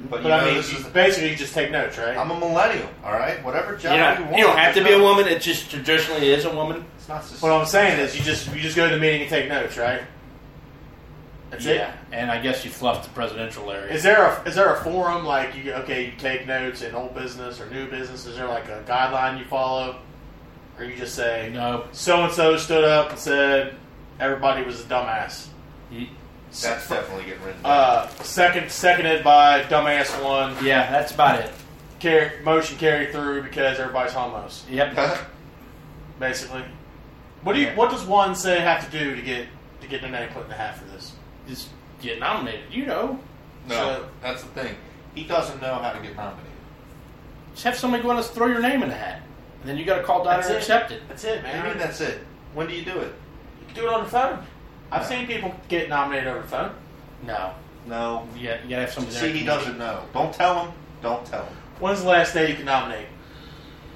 Speaker 1: But,
Speaker 2: But
Speaker 1: you know,
Speaker 2: I mean,
Speaker 1: this
Speaker 2: you-
Speaker 1: is the,
Speaker 2: basically, you just take notes, right?
Speaker 1: I'm a millennial, all right? Whatever
Speaker 6: You
Speaker 1: job you
Speaker 6: don't,
Speaker 1: want.
Speaker 6: you don't have to be a
Speaker 1: there's no-
Speaker 6: woman. It just traditionally is a woman.
Speaker 1: It's not sus-
Speaker 2: what I'm saying is, you just you just go to the meeting and take notes, right? That's
Speaker 6: yeah. And I guess you fluffed the presidential
Speaker 2: it.
Speaker 6: area.
Speaker 2: Is there a is there a forum like you okay you take notes in old business or new business? Is there like a guideline you follow, or you just say
Speaker 6: no.
Speaker 2: so and so stood up and said everybody was a dumbass.
Speaker 6: You-
Speaker 1: That's definitely getting rid of
Speaker 2: Uh, second seconded by dumbass one.
Speaker 6: Yeah, that's about it.
Speaker 2: Carry, motion carried through because everybody's homos.
Speaker 6: Yep.
Speaker 2: basically. What do you?
Speaker 6: Yeah.
Speaker 2: What does one say have to do to get to get their name put in the hat for this?
Speaker 6: Just get nominated. You know,
Speaker 1: no,
Speaker 2: so-
Speaker 1: that's the thing. He doesn't know how to get nominated.
Speaker 6: just have somebody go in and throw your name in the hat. And then you got to call down
Speaker 2: That's
Speaker 6: and
Speaker 2: it.
Speaker 6: accept it.
Speaker 2: That's it,
Speaker 1: Maybe
Speaker 2: man.
Speaker 1: that's it. When do you do it?
Speaker 2: You can do it on the phone. I've
Speaker 1: No.
Speaker 2: seen people get nominated over the phone.
Speaker 6: No.
Speaker 1: No.
Speaker 6: You got, you got to have somebody
Speaker 1: See,
Speaker 6: there.
Speaker 1: he doesn't know. Don't tell him. Don't tell him.
Speaker 2: When's the last day you can nominate?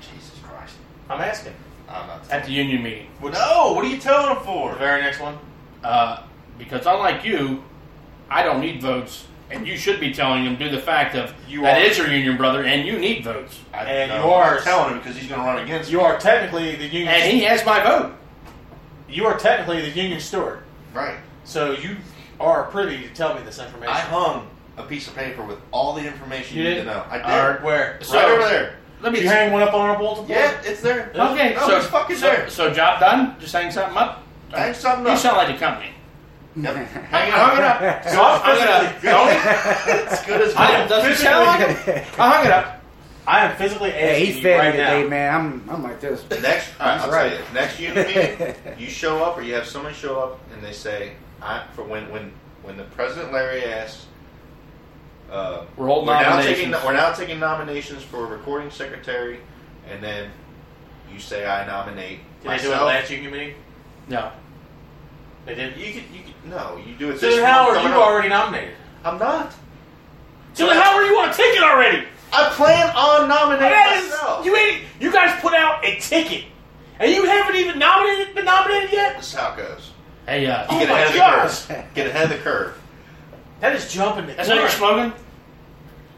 Speaker 1: Jesus Christ.
Speaker 2: I'm asking.
Speaker 1: I'm not telling
Speaker 6: At the union meeting.
Speaker 1: him. No, what are you telling him
Speaker 2: The
Speaker 1: for?
Speaker 2: very next one.
Speaker 6: Uh, because unlike you, I don't need votes. And you should be telling them due to the fact of
Speaker 2: You
Speaker 6: that
Speaker 2: are.
Speaker 6: is your union brother and you need votes.
Speaker 1: I,
Speaker 2: And
Speaker 1: no,
Speaker 2: yours-
Speaker 1: I'm telling him because he's going to run against
Speaker 2: You are technically the union.
Speaker 6: And he has my vote.
Speaker 2: you are technically the union steward.
Speaker 1: Right.
Speaker 2: So you are privy to tell me this information.
Speaker 1: I hung a piece of paper with all the information
Speaker 2: You
Speaker 1: you,
Speaker 2: did?
Speaker 1: need to know. I did.
Speaker 6: All
Speaker 1: right
Speaker 2: Where?
Speaker 6: So-
Speaker 1: over there.
Speaker 6: Let me
Speaker 2: Did you hang one up on our bulletin board?
Speaker 1: Yeah, it's there.
Speaker 6: Okay,
Speaker 1: no,
Speaker 6: so
Speaker 1: it's fucking
Speaker 6: so,
Speaker 1: there.
Speaker 6: So job done. Just hang something up.
Speaker 1: Hang something
Speaker 6: You
Speaker 1: up.
Speaker 6: sound like the company.
Speaker 1: Yep.
Speaker 6: Hang
Speaker 1: Hang
Speaker 6: it hung it
Speaker 1: up.
Speaker 6: up.
Speaker 2: So I'm
Speaker 6: I'm gonna.
Speaker 2: physically-
Speaker 6: the only-
Speaker 1: It's good as
Speaker 6: I am,
Speaker 1: gold.
Speaker 6: doesn't it sound like it. I hung it up.
Speaker 2: I am physically
Speaker 4: Yeah,
Speaker 2: asking
Speaker 4: he's
Speaker 2: you
Speaker 4: fed
Speaker 2: right
Speaker 4: today,
Speaker 2: now.
Speaker 4: man. I'm, I'm like this.
Speaker 1: Next,
Speaker 4: That's
Speaker 1: I'll
Speaker 4: right.
Speaker 1: tell you. Next union meeting, you show up or you have someone show up and they say, "I for when when when the president Larry asks, Uh,
Speaker 6: We're holding
Speaker 1: we're now
Speaker 6: nominations.
Speaker 1: taking we're now taking nominations for recording secretary, and then you say I nominate
Speaker 2: Did they do it
Speaker 1: myself.
Speaker 2: last year committee?
Speaker 6: No.
Speaker 2: They did.
Speaker 1: you could, you could, no, you do it.
Speaker 2: So
Speaker 1: this
Speaker 2: then how
Speaker 1: month
Speaker 2: are you
Speaker 1: coming up.
Speaker 2: already nominated?
Speaker 1: I'm not.
Speaker 6: So then how are you on a ticket already?
Speaker 1: I plan on nominating
Speaker 6: That is-
Speaker 1: myself.
Speaker 6: you ain't, you guys put out a ticket, and you haven't even nominated been nominated yet.
Speaker 1: This is how it goes.
Speaker 6: Hey, uh,
Speaker 1: Get
Speaker 2: my
Speaker 1: ahead of
Speaker 2: gosh.
Speaker 1: the curve. Get ahead of the curve.
Speaker 2: That is jumping the
Speaker 6: that's not your
Speaker 2: gun.
Speaker 6: slogan.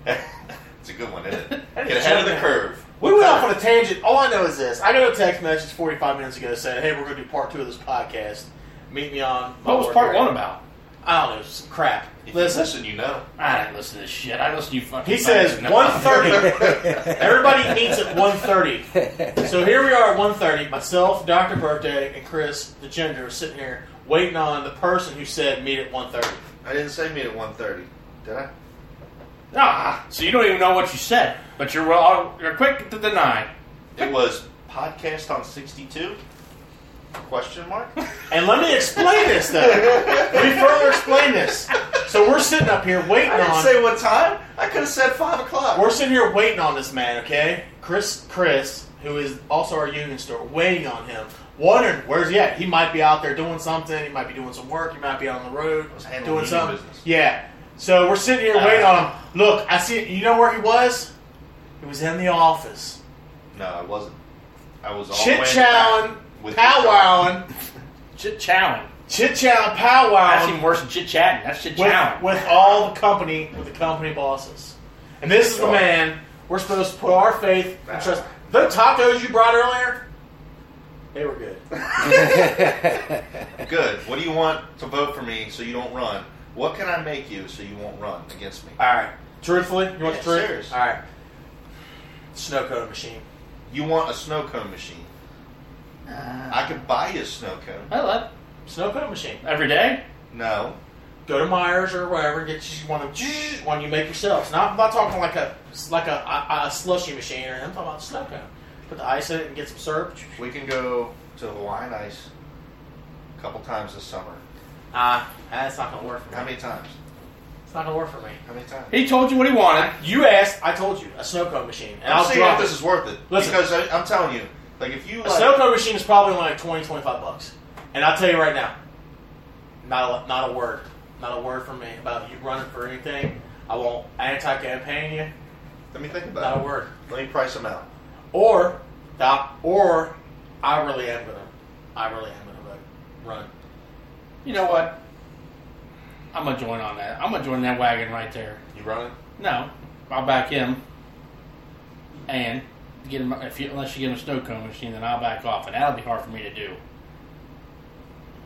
Speaker 1: it's a good one, isn't it?
Speaker 2: That is
Speaker 1: Get ahead of the
Speaker 2: something.
Speaker 1: curve.
Speaker 2: We went off on
Speaker 1: Uh,
Speaker 2: a tangent. All I know is this: I got a text message 45 minutes ago that said, "Hey, we're going to do part two of this podcast. Meet me on." my
Speaker 6: What was
Speaker 2: work
Speaker 6: part
Speaker 2: area."
Speaker 6: one about?
Speaker 2: I don't know. Some crap.
Speaker 1: If you
Speaker 2: Listen,
Speaker 1: listen, you know.
Speaker 6: I didn't listen to this shit. I listened to you fucking.
Speaker 2: he says
Speaker 6: fuckers.
Speaker 2: 1.30. Everybody meets at 1.30. So here we are at 1.30. Myself, Doctor Birthday, and Chris, the gender, are sitting here waiting on the person who said meet at 1.30.
Speaker 1: I didn't say meet at 1.30, did I?
Speaker 6: Ah, so you don't even know what you said, but you're well, oh, you're quick to deny.
Speaker 1: It was podcast on 62? Question mark?
Speaker 2: And let me explain this though. let me further explain this. So we're sitting up here waiting
Speaker 1: I didn't
Speaker 2: on.
Speaker 1: say what time. I could have said 5 o'clock.
Speaker 2: We're sitting here waiting on this man, okay? Chris, Chris, who is also our union store, waiting on him, wondering where's he at. He might be out there doing something. He might be doing some work. He might be on the road
Speaker 1: Let's handle
Speaker 2: doing
Speaker 1: union
Speaker 2: something.
Speaker 1: business. Uh,
Speaker 2: Yeah. So we're sitting here waiting on him. Look, I see. You know where he was? He was in the office,
Speaker 1: no, I wasn't. I was all the way in
Speaker 2: chit
Speaker 1: the
Speaker 2: chowing,
Speaker 1: back with
Speaker 2: powwowing,
Speaker 6: Chit chowing.
Speaker 2: chit chowing, powwowing.
Speaker 6: That's even worse than chit chatting. That's chit
Speaker 2: with,
Speaker 6: chowing.
Speaker 2: with all the company with the company bosses. And this is the man we're supposed to put our faith and trust. The tacos you brought earlier, they were good.
Speaker 1: Good. What do you want to vote for me so you don't run? What can I make you so you won't run against me?
Speaker 2: All right, truthfully, you want
Speaker 1: Yeah,
Speaker 2: the truth?
Speaker 1: serious.
Speaker 2: All right, snow cone machine.
Speaker 1: You want a snow cone machine.
Speaker 2: Uh.
Speaker 1: I could buy you a snow cone.
Speaker 2: Oh.
Speaker 6: I love
Speaker 2: Snow cone machine.
Speaker 6: every day.
Speaker 1: No.
Speaker 2: Go to Myers or wherever and get you one of them, one you make yourselves. Now I'm not talking like a like a, a, a slushy machine. Or I'm talking about snow cone. Put the ice in it and get some syrup.
Speaker 1: We can go to Hawaiian Ice a couple times this summer.
Speaker 2: Ah, that's not gonna work for me.
Speaker 1: How many times?
Speaker 2: it's not gonna work for me.
Speaker 1: How many times?
Speaker 6: He told you what he wanted.
Speaker 2: You asked. I told you a snow cone machine. And
Speaker 1: I'm
Speaker 2: I'll
Speaker 1: seeing if
Speaker 2: drop
Speaker 1: this is worth it.
Speaker 2: Listen.
Speaker 1: Because I, I'm telling you, like if you
Speaker 2: A
Speaker 1: like,
Speaker 2: snow cone machine is probably only like 20, 25 bucks. And I'll tell you right now, not a, not a word, not a word from me about you running for anything. I won't anti-campaign you.
Speaker 1: let me think about
Speaker 2: Not a
Speaker 1: it.
Speaker 2: word.
Speaker 1: Let me price them out.
Speaker 2: Or that, or I really am gonna, I really am gonna vote. run.
Speaker 6: You know what? I'm gonna join on that. I'm gonna join that wagon right there.
Speaker 1: You running?
Speaker 6: No, I'll back him. And get him if you, unless you get him a snow cone machine, then I'll back off, and that'll be hard for me to do.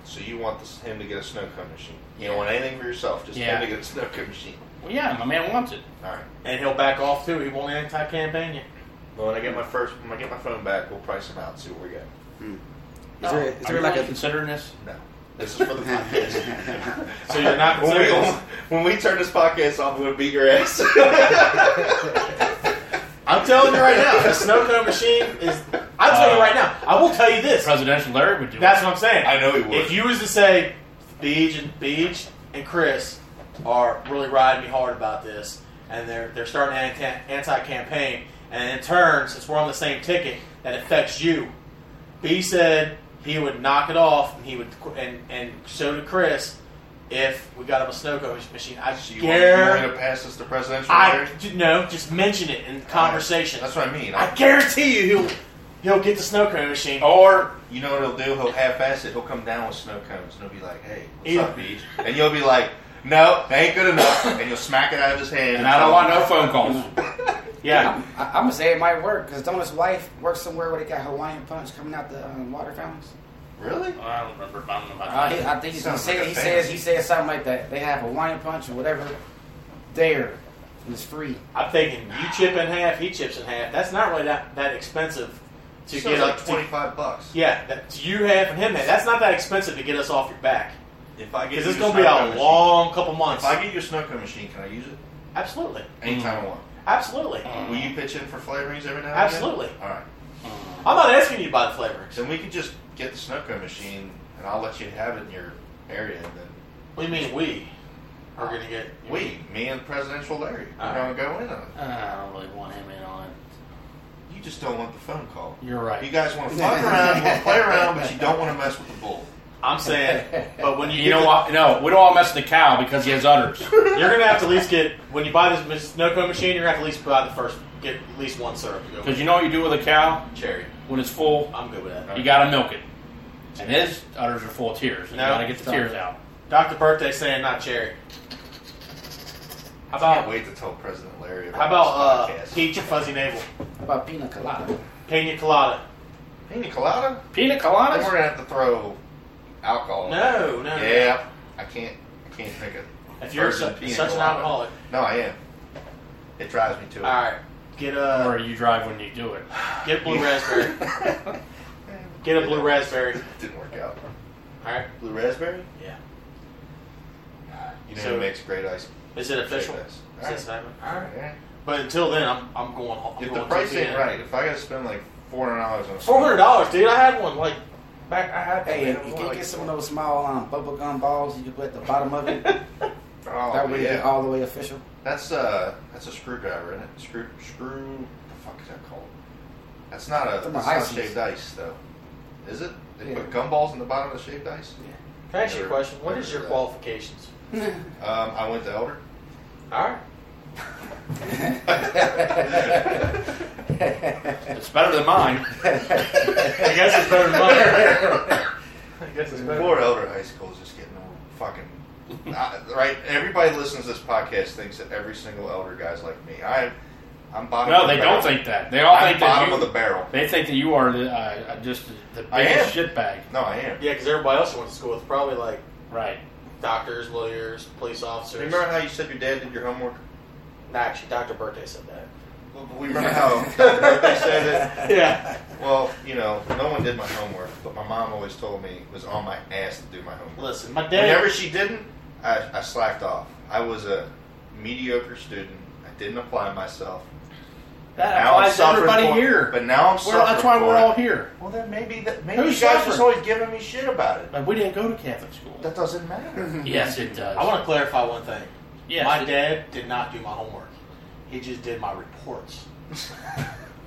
Speaker 1: So you want this, him to get a snow cone machine? You
Speaker 6: Yeah.
Speaker 1: don't want anything for yourself. Just
Speaker 6: Yeah.
Speaker 1: him to get a snow cone machine.
Speaker 6: Well, yeah, my man wants it.
Speaker 1: All right.
Speaker 2: And he'll back off too. He won't anti-campaign you.
Speaker 1: Well, when I get my first, when I get my phone back, we'll price them out. and See what we get.
Speaker 6: No.
Speaker 4: there- is
Speaker 6: Are
Speaker 4: there
Speaker 6: you
Speaker 4: like
Speaker 6: really
Speaker 4: a-
Speaker 6: considering this?
Speaker 1: No. This is for the podcast.
Speaker 2: So you're not
Speaker 1: when, we,
Speaker 2: considering.
Speaker 1: when we turn this podcast off, I'm going to beat your ass.
Speaker 2: I'm telling you right now, the snow cone machine is. I'll tell you right now. I will tell you this.
Speaker 6: Presidential Larry would do
Speaker 2: That's what I'm saying.
Speaker 1: I know he would.
Speaker 2: If you was to say Beej and Beej and Chris are really riding me hard about this, and they're they're starting an anti campaign, and in turn, since we're on the same ticket, that affects you. B said he would knock it off, and he would, qu- and and so did Chris. If we got him a snow cone machine, I
Speaker 1: So you want, you want me
Speaker 2: guarantee.
Speaker 1: to pass this to presidential?
Speaker 2: I
Speaker 1: Larry?
Speaker 2: ju- no, just mention it in conversation.
Speaker 1: That's what I mean.
Speaker 2: I guarantee you, he'll he'll get the snow cone machine.
Speaker 1: Or you know what he'll do? He'll half-ass it. He'll come down with snow cones and he'll be like, "Hey, what's
Speaker 2: Either-
Speaker 1: up, Beach?" And you'll be like, "No, that ain't good enough." And you'll smack it out of his hand.
Speaker 6: And I don't want no phone calls.
Speaker 2: Yeah,
Speaker 4: I, I'm gonna say it might work because Donald's wife works somewhere where they got Hawaiian punch coming out the um, water fountains.
Speaker 1: Really?
Speaker 6: I don't remember. I don't know about
Speaker 4: Uh, he, I think he's gonna
Speaker 1: Sounds like
Speaker 4: say
Speaker 1: a
Speaker 4: he
Speaker 1: fantasy.
Speaker 4: says he says something like that. They have Hawaiian punch or whatever there, and it's free.
Speaker 2: I'm thinking you chip in half, he chips in half. That's not really that, that expensive to
Speaker 1: Sounds
Speaker 2: get
Speaker 1: like
Speaker 2: up to.
Speaker 1: twenty-five bucks.
Speaker 2: Yeah, that's you half and him half. That's not that expensive to get us off your back
Speaker 1: If I get
Speaker 2: because
Speaker 1: you
Speaker 2: it's
Speaker 1: a
Speaker 2: going to be
Speaker 1: snow cone
Speaker 2: a
Speaker 1: machine-
Speaker 2: long couple months.
Speaker 1: If I get you a snow cone machine, can I use it
Speaker 2: Absolutely,
Speaker 1: anytime I want?
Speaker 2: absolutely,
Speaker 1: Will you pitch in for flavorings every now and
Speaker 2: absolutely.
Speaker 1: again? All right.
Speaker 2: I'm not asking you to buy the flavorings.
Speaker 1: Then we could just get the snow cone machine, and I'll let you have it in your area. And then
Speaker 2: What do you mean we? We're going to get.
Speaker 1: We, me and Presidential Larry,
Speaker 2: All
Speaker 1: are going
Speaker 2: right.
Speaker 1: to go in on it.
Speaker 6: Uh, I don't really want him in on it.
Speaker 1: You just don't want the phone call.
Speaker 6: You're right.
Speaker 1: You guys want to fuck around, want to play around, but you don't want to mess with the bull.
Speaker 2: I'm saying, but when you,
Speaker 6: You know what? No, we don't want to mess with the cow because he has udders.
Speaker 2: You're gonna have to at least get when you buy this snow cone machine. You're gonna have to at least buy the first get at least one syrup to go
Speaker 6: Because
Speaker 2: with
Speaker 6: you know what you do with a cow
Speaker 2: it. cherry.
Speaker 6: when it's full?
Speaker 2: I'm good with that.
Speaker 6: You gotta milk it. And his udders are full of tears. And
Speaker 2: No.
Speaker 6: you gotta get the tears out.
Speaker 2: Doctor Birthday saying not cherry. How
Speaker 1: Can't
Speaker 2: about
Speaker 1: wait to tell President Larry about
Speaker 2: Uh, how about uh,
Speaker 1: this podcast.
Speaker 2: peach and fuzzy navel,
Speaker 4: How about pina colada?
Speaker 2: pina colada?
Speaker 1: Pina colada?
Speaker 6: Pina
Speaker 1: Then we're
Speaker 6: coladas?
Speaker 1: gonna have to throw alcohol.
Speaker 2: No, no.
Speaker 1: Yeah, I can't. I can't think of.
Speaker 2: If you're
Speaker 1: Virgin
Speaker 2: su-
Speaker 1: pina
Speaker 2: such an
Speaker 1: colada.
Speaker 2: alcoholic,
Speaker 1: No, I am. It drives me to it.
Speaker 2: all right, get a
Speaker 6: Or you drive when you do it.
Speaker 2: get blue raspberry. Get a blue raspberry.
Speaker 1: Didn't work out.
Speaker 2: All right.
Speaker 1: Blue raspberry?
Speaker 2: Yeah.
Speaker 1: You know
Speaker 2: So-
Speaker 1: who makes great ice?
Speaker 2: Is it official?
Speaker 1: Shake this.
Speaker 2: Is this happening? All right.
Speaker 1: Yeah.
Speaker 2: But until then, I'm I'm going. I'm
Speaker 1: If
Speaker 2: going
Speaker 1: the price
Speaker 2: to
Speaker 1: ain't right, if I gotta spend like four hundred dollars on a-
Speaker 2: Four hundred dollars, dude. I had one like back. I had.
Speaker 4: Hey,
Speaker 2: one,
Speaker 4: you can
Speaker 2: like-
Speaker 4: get some of those small um, bubble gum balls you can put at the bottom of it. that
Speaker 1: Oh,
Speaker 4: way
Speaker 1: yeah.
Speaker 4: it's all the way official.
Speaker 1: That's uh, that's a screwdriver, isn't it? Screw, screw. The fuck is that called? That's not a.
Speaker 4: Them
Speaker 1: That's
Speaker 4: are
Speaker 1: not
Speaker 4: ices.
Speaker 1: shaved ice, though. Is it? They
Speaker 4: Yeah.
Speaker 1: put gumballs in the bottom of the shaved ice.
Speaker 2: Can I ask you a
Speaker 1: Sure.
Speaker 2: question? What is your
Speaker 4: uh,
Speaker 1: Yeah.
Speaker 2: qualifications?
Speaker 1: Um, I went to Elder.
Speaker 2: All right.
Speaker 6: It's better than mine.
Speaker 2: I guess it's better than mine. I guess it's better.
Speaker 1: Poor Elder High School is just getting old. Fucking. I- right. Everybody listens to this podcast thinks that every single Elder guy's like me. I, I'm bottom.
Speaker 6: No,
Speaker 1: of the
Speaker 6: they
Speaker 1: barrel.
Speaker 6: don't think that. They all
Speaker 1: I'm
Speaker 6: think that
Speaker 1: bottom
Speaker 6: you,
Speaker 1: of the barrel.
Speaker 6: They think that you are the, uh, uh, just the
Speaker 1: I
Speaker 6: biggest
Speaker 1: am.
Speaker 6: shitbag.
Speaker 1: No, I am.
Speaker 2: Yeah, because everybody else you went to school with probably like
Speaker 6: Right.
Speaker 2: doctors, lawyers, police officers.
Speaker 1: Remember how you said your dad did your homework?
Speaker 2: Nah, actually, Doctor Birthday said that.
Speaker 1: Well, we remember how Dr. Birthday said it.
Speaker 2: Yeah.
Speaker 1: Well, you know, no one did my homework, but my mom always told me it was on my ass to do my homework.
Speaker 2: Listen, my dad.
Speaker 1: Whenever she didn't, I, I slacked off. I was a mediocre student. I didn't apply myself.
Speaker 6: That
Speaker 1: Now I'm
Speaker 6: applies to
Speaker 1: suffering
Speaker 6: everybody
Speaker 1: for it.
Speaker 6: here.
Speaker 1: But now I'm
Speaker 6: We're-
Speaker 1: suffering
Speaker 6: that's why
Speaker 1: for
Speaker 6: we're
Speaker 1: it.
Speaker 6: all here.
Speaker 1: Well, then maybe that maybe
Speaker 6: Who's
Speaker 1: you guys just
Speaker 6: suffering?
Speaker 1: always giving me shit about it.
Speaker 6: Like, we didn't go to Catholic school.
Speaker 1: That doesn't matter.
Speaker 6: yes, it does.
Speaker 2: I want to clarify one thing.
Speaker 6: Yes,
Speaker 2: my
Speaker 6: it-
Speaker 2: dad did not do my homework. He just did my reports,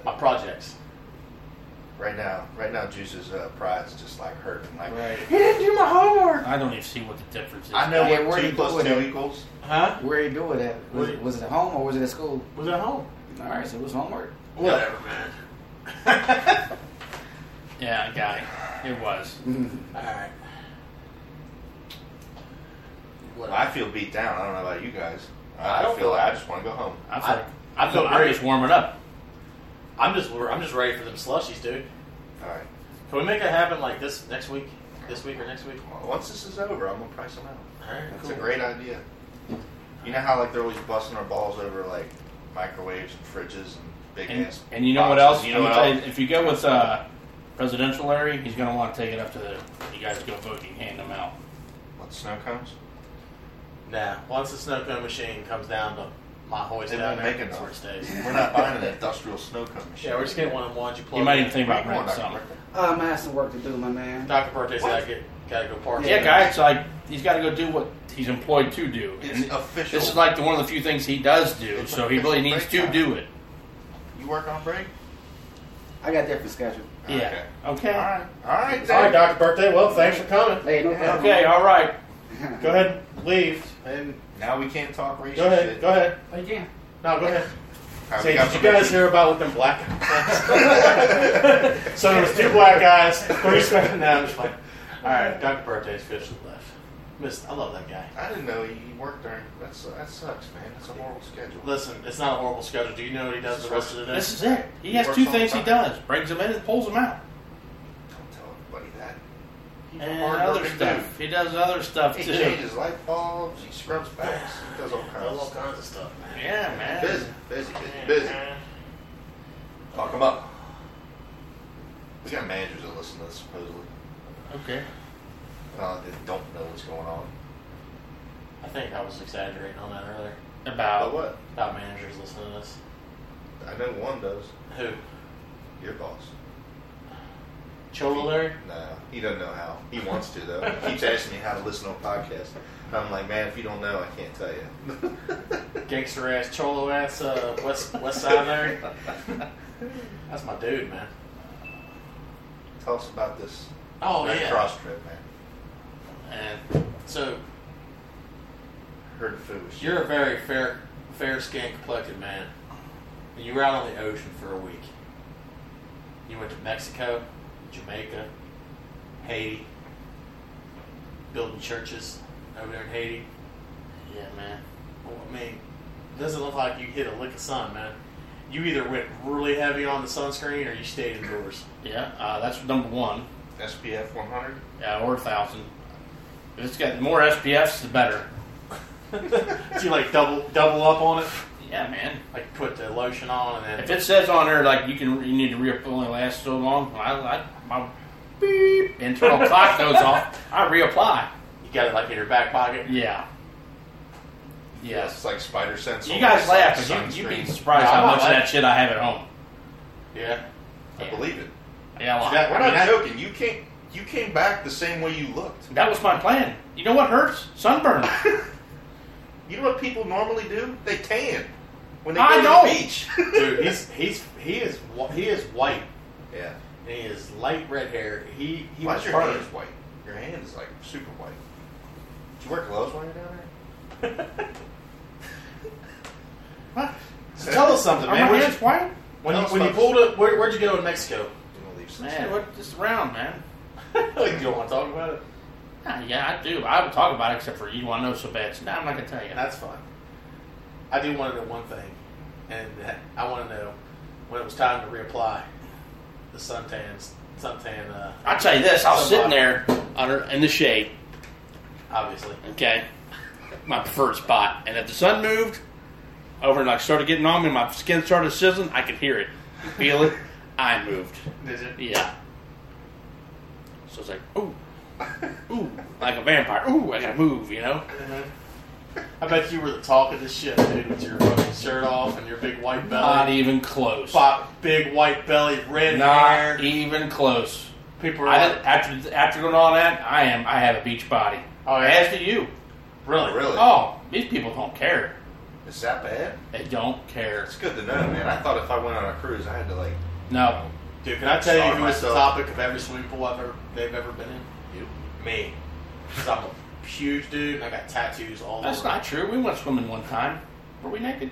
Speaker 2: my projects.
Speaker 1: Right now, right now, Juice's uh, pride's just like hurting. Like
Speaker 2: Right.
Speaker 4: He didn't do my homework.
Speaker 6: I don't even see what the difference is.
Speaker 1: I know
Speaker 4: Yeah,
Speaker 1: what
Speaker 4: where
Speaker 1: two
Speaker 4: you
Speaker 1: plus
Speaker 4: going
Speaker 1: two
Speaker 4: at?
Speaker 1: equals.
Speaker 2: Huh?
Speaker 4: Where he do it at? Was, it- was it at home or was it at school?
Speaker 2: Was at home.
Speaker 4: All right, so it was homework.
Speaker 2: Whatever, man.
Speaker 6: Yeah, I got it. It was.
Speaker 2: Alright.
Speaker 1: I feel beat down. I don't know about you guys.
Speaker 2: I
Speaker 1: I,
Speaker 2: don't
Speaker 1: feel
Speaker 2: feel-
Speaker 1: I just want to go home.
Speaker 6: I feel,
Speaker 2: I-
Speaker 6: I,
Speaker 2: I
Speaker 6: feel
Speaker 2: feel
Speaker 6: I'm
Speaker 2: great.
Speaker 6: just warming up.
Speaker 2: I'm just I'm just ready for them slushies, dude.
Speaker 1: All right.
Speaker 2: Can we make that happen like this next week? This week or next week?
Speaker 1: Well, once this is over, I'm gonna price them out.
Speaker 2: Alright,
Speaker 1: That's
Speaker 2: cool.
Speaker 1: a great idea. You know how like they're always busting our balls over like microwaves and fridges and big
Speaker 6: And,
Speaker 1: ass.
Speaker 6: and you know what
Speaker 1: boxes.
Speaker 6: else?
Speaker 1: You know what
Speaker 6: I'm gonna
Speaker 1: else?
Speaker 6: tell you, if you go with uh, presidential Larry, he's going to want to take it up to the. You guys go vote and hand them out.
Speaker 1: What snow cones?
Speaker 2: Nah. Once the snow cone machine comes down to my hoist
Speaker 1: They
Speaker 2: down
Speaker 1: won't
Speaker 2: there,
Speaker 1: make
Speaker 2: that's
Speaker 1: enough.
Speaker 2: where it stays.
Speaker 1: We're not buying an industrial snow cone machine.
Speaker 2: Yeah, we're just getting one of the ones you plug
Speaker 6: you might
Speaker 2: in.
Speaker 6: even think
Speaker 1: Right,
Speaker 6: about
Speaker 1: come on,
Speaker 6: renting
Speaker 1: Dr.
Speaker 6: something.
Speaker 1: Birthday.
Speaker 4: Um, I have some work to do, my man.
Speaker 2: Dr. Birthday's gotta get gotta go park.
Speaker 6: Yeah, guys, like he's got to go do what he's employed to do.
Speaker 1: It's
Speaker 6: And
Speaker 1: official.
Speaker 6: This is like the one of the few things he does do,
Speaker 1: It's
Speaker 6: so he really
Speaker 1: official
Speaker 6: needs
Speaker 1: break
Speaker 6: to
Speaker 1: time.
Speaker 6: do it.
Speaker 1: You work on break?
Speaker 4: I got different schedule.
Speaker 6: Yeah. Okay.
Speaker 1: All right. All right.
Speaker 2: All right,
Speaker 1: then.
Speaker 2: Dr. Birthday. Well, thanks for coming.
Speaker 4: Hey, no problem.
Speaker 6: Okay. All right.
Speaker 2: Go ahead and leave. And
Speaker 1: Now we can't talk racial
Speaker 2: go ahead.
Speaker 1: shit.
Speaker 2: Go ahead.
Speaker 4: Again.
Speaker 2: No, go ahead.
Speaker 1: All right, we
Speaker 2: Say,
Speaker 1: got
Speaker 2: did you
Speaker 1: permission.
Speaker 2: guys hear about what them black So there was two black guys, three smoking now. I'm just like, all right, Dr. Birthday's officially left. Miss, I love that guy.
Speaker 1: I didn't know he worked during. That's that sucks, man. That's a horrible schedule.
Speaker 2: Listen, it's not a horrible schedule. Do you know what he does the rest of the day?
Speaker 6: This is it. He
Speaker 1: He
Speaker 6: has
Speaker 1: works
Speaker 6: two
Speaker 1: all
Speaker 6: things
Speaker 1: the
Speaker 6: he
Speaker 1: time.
Speaker 6: does: brings them in and pulls them out,
Speaker 1: Don't tell everybody that. He's a
Speaker 6: and
Speaker 1: hard-working
Speaker 6: other stuff.
Speaker 1: dude.
Speaker 6: He does other stuff
Speaker 1: He
Speaker 6: too.
Speaker 1: changes light bulbs. He scrubs backs. He does all kinds.
Speaker 2: Does
Speaker 1: of
Speaker 2: all
Speaker 1: stuff.
Speaker 2: kinds of stuff, man.
Speaker 6: Yeah, man.
Speaker 1: Busy, busy, busy, busy. Fuck them up. We got managers that listen to this supposedly.
Speaker 6: Okay.
Speaker 1: Uh, they don't know what's going on.
Speaker 2: I think I was exaggerating on that earlier
Speaker 1: But
Speaker 2: Oh.
Speaker 6: About
Speaker 1: what?
Speaker 2: about managers listening to this.
Speaker 1: I know one does.
Speaker 2: Who?
Speaker 1: Your boss.
Speaker 2: Chola Larry?
Speaker 1: No. He doesn't know how. He wants to though. He keeps asking me how to listen to a podcast. I'm like, man, if you don't know, I can't tell you.
Speaker 2: Gangster ass, cholo ass, uh, West West Side Larry. That's my dude, man.
Speaker 1: Tell us about this
Speaker 2: Oh
Speaker 1: that
Speaker 2: yeah.
Speaker 1: cross trip, man.
Speaker 2: And so
Speaker 1: Heard food was
Speaker 2: you're a very fair, fair skin complected man. And you were out on the ocean for a week. You went to Mexico, Jamaica, Haiti, building churches over there in Haiti.
Speaker 6: Yeah, man.
Speaker 2: Well, I mean, it doesn't look like you hit a lick of sun, man. You either went really heavy on the sunscreen or you stayed indoors.
Speaker 6: Yeah, uh, that's number one.
Speaker 1: SPF 100.
Speaker 6: Yeah, or a thousand. If it's got the more SPFs, the better.
Speaker 2: so you like double double up on it,
Speaker 6: Yeah, man.
Speaker 2: like put the lotion on and
Speaker 6: If
Speaker 2: then
Speaker 6: it says on there like you can, you need to re-up only lasts so long. I, I my beep internal clock goes off. I reapply.
Speaker 2: you got it like in your back pocket.
Speaker 6: Yeah. Yes.
Speaker 1: It's like spider sense.
Speaker 6: You guys laugh, but you, you'd be surprised how much of that shit I have at home.
Speaker 2: Yeah.
Speaker 1: I believe it.
Speaker 6: Yeah, a lot.
Speaker 2: That-
Speaker 1: We're
Speaker 2: I
Speaker 1: not
Speaker 2: mean, that-
Speaker 1: joking. You came. You came back the same way you looked.
Speaker 6: That was my plan. You know what hurts? Sunburn.
Speaker 1: You know what people normally do? They tan when they
Speaker 6: I
Speaker 1: go
Speaker 6: know.
Speaker 1: to the beach.
Speaker 2: Dude, he's he's he is wh- he is white
Speaker 1: yeah.
Speaker 2: and he is light red hair. He he
Speaker 1: Why's
Speaker 2: was
Speaker 1: your
Speaker 2: hurt.
Speaker 1: hands white? Your hand is like super white. Did you wear gloves when you were down there?
Speaker 6: What?
Speaker 2: So tell us something,
Speaker 6: Are
Speaker 2: man.
Speaker 6: my
Speaker 2: Where'd
Speaker 6: hands white?
Speaker 2: you- when you,
Speaker 1: No,
Speaker 2: when you
Speaker 1: it's
Speaker 2: pulled up, where, where'd you go in Mexico?
Speaker 1: I'm gonna leave some
Speaker 6: Man, what this round, man?
Speaker 2: you don't want to talk about it.
Speaker 6: Ah, yeah, I do. I would talk about it except for you want to know so bad. So now I'm not gonna tell you.
Speaker 2: And that's fine. I do want to know one thing, and that- I want to know when it was time to reapply the suntans, suntan, uh,
Speaker 6: I'll tell you this. I was
Speaker 2: Sunblock.
Speaker 6: sitting there under in the shade.
Speaker 2: obviously.
Speaker 6: Okay, my preferred spot. And if the sun moved over and like started getting on me, my skin started sizzling. I could hear it, feel it. I moved.
Speaker 2: Did it?
Speaker 6: Yeah. So it's like, ooh, ooh, like a vampire. Ooh, I gotta move. You know.
Speaker 2: I bet you were the talk of the ship, dude, with your fucking shirt off and your big white
Speaker 6: Not
Speaker 2: belly,
Speaker 6: even close.
Speaker 2: Pop- big white belly, red hair.
Speaker 6: Not even close.
Speaker 2: People are
Speaker 6: I
Speaker 2: like,
Speaker 6: did, after after going all that, I am I have a beach body.
Speaker 2: Oh, yeah?
Speaker 6: As do you.
Speaker 2: really,
Speaker 1: Really?
Speaker 6: Oh, these people don't care.
Speaker 1: Is that bad?
Speaker 6: They don't care.
Speaker 1: It's good to know, man. I thought if I went on a cruise, I had to like.
Speaker 6: No.
Speaker 2: dude. Can I tell you
Speaker 1: Sorry,
Speaker 2: who was the
Speaker 1: myself.
Speaker 2: topic of every swimming pool I've ever they've ever been in?
Speaker 1: You.
Speaker 2: Me, 'Cause I'm a huge dude. and I got tattoos all
Speaker 6: That's
Speaker 2: over.
Speaker 6: not true. We went swimming one time. Were we naked?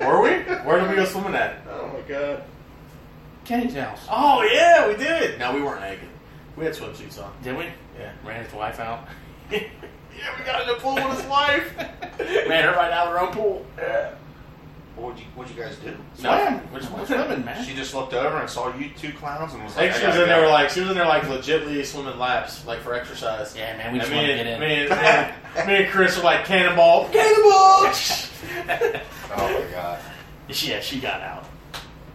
Speaker 2: Were we? Where did we go swimming at?
Speaker 1: Oh my god.
Speaker 6: Kenny's house.
Speaker 2: Oh yeah, we did. No, we weren't naked. We had swimsuits on.
Speaker 6: Did we?
Speaker 2: Yeah.
Speaker 6: Ran his wife out.
Speaker 2: yeah, we got in the pool with his wife.
Speaker 6: Ran everybody out of their own pool.
Speaker 1: What would you, what'd you guys do?
Speaker 6: Swam.
Speaker 2: Which
Speaker 6: We're
Speaker 2: one?
Speaker 6: swimming, man.
Speaker 1: She just looked over and saw you two clowns and was
Speaker 2: I
Speaker 1: like,
Speaker 2: think
Speaker 1: I
Speaker 2: she was
Speaker 1: gotta
Speaker 2: in there
Speaker 1: go.
Speaker 2: like she was in there like legitly swimming laps, like for exercise.
Speaker 6: yeah, man. We
Speaker 2: and
Speaker 6: just
Speaker 2: me
Speaker 6: want to
Speaker 2: and,
Speaker 6: get in.
Speaker 2: me, and, me and- me and Chris were like cannonball, cannonball.
Speaker 1: Oh my god,
Speaker 6: Yeah, she got out.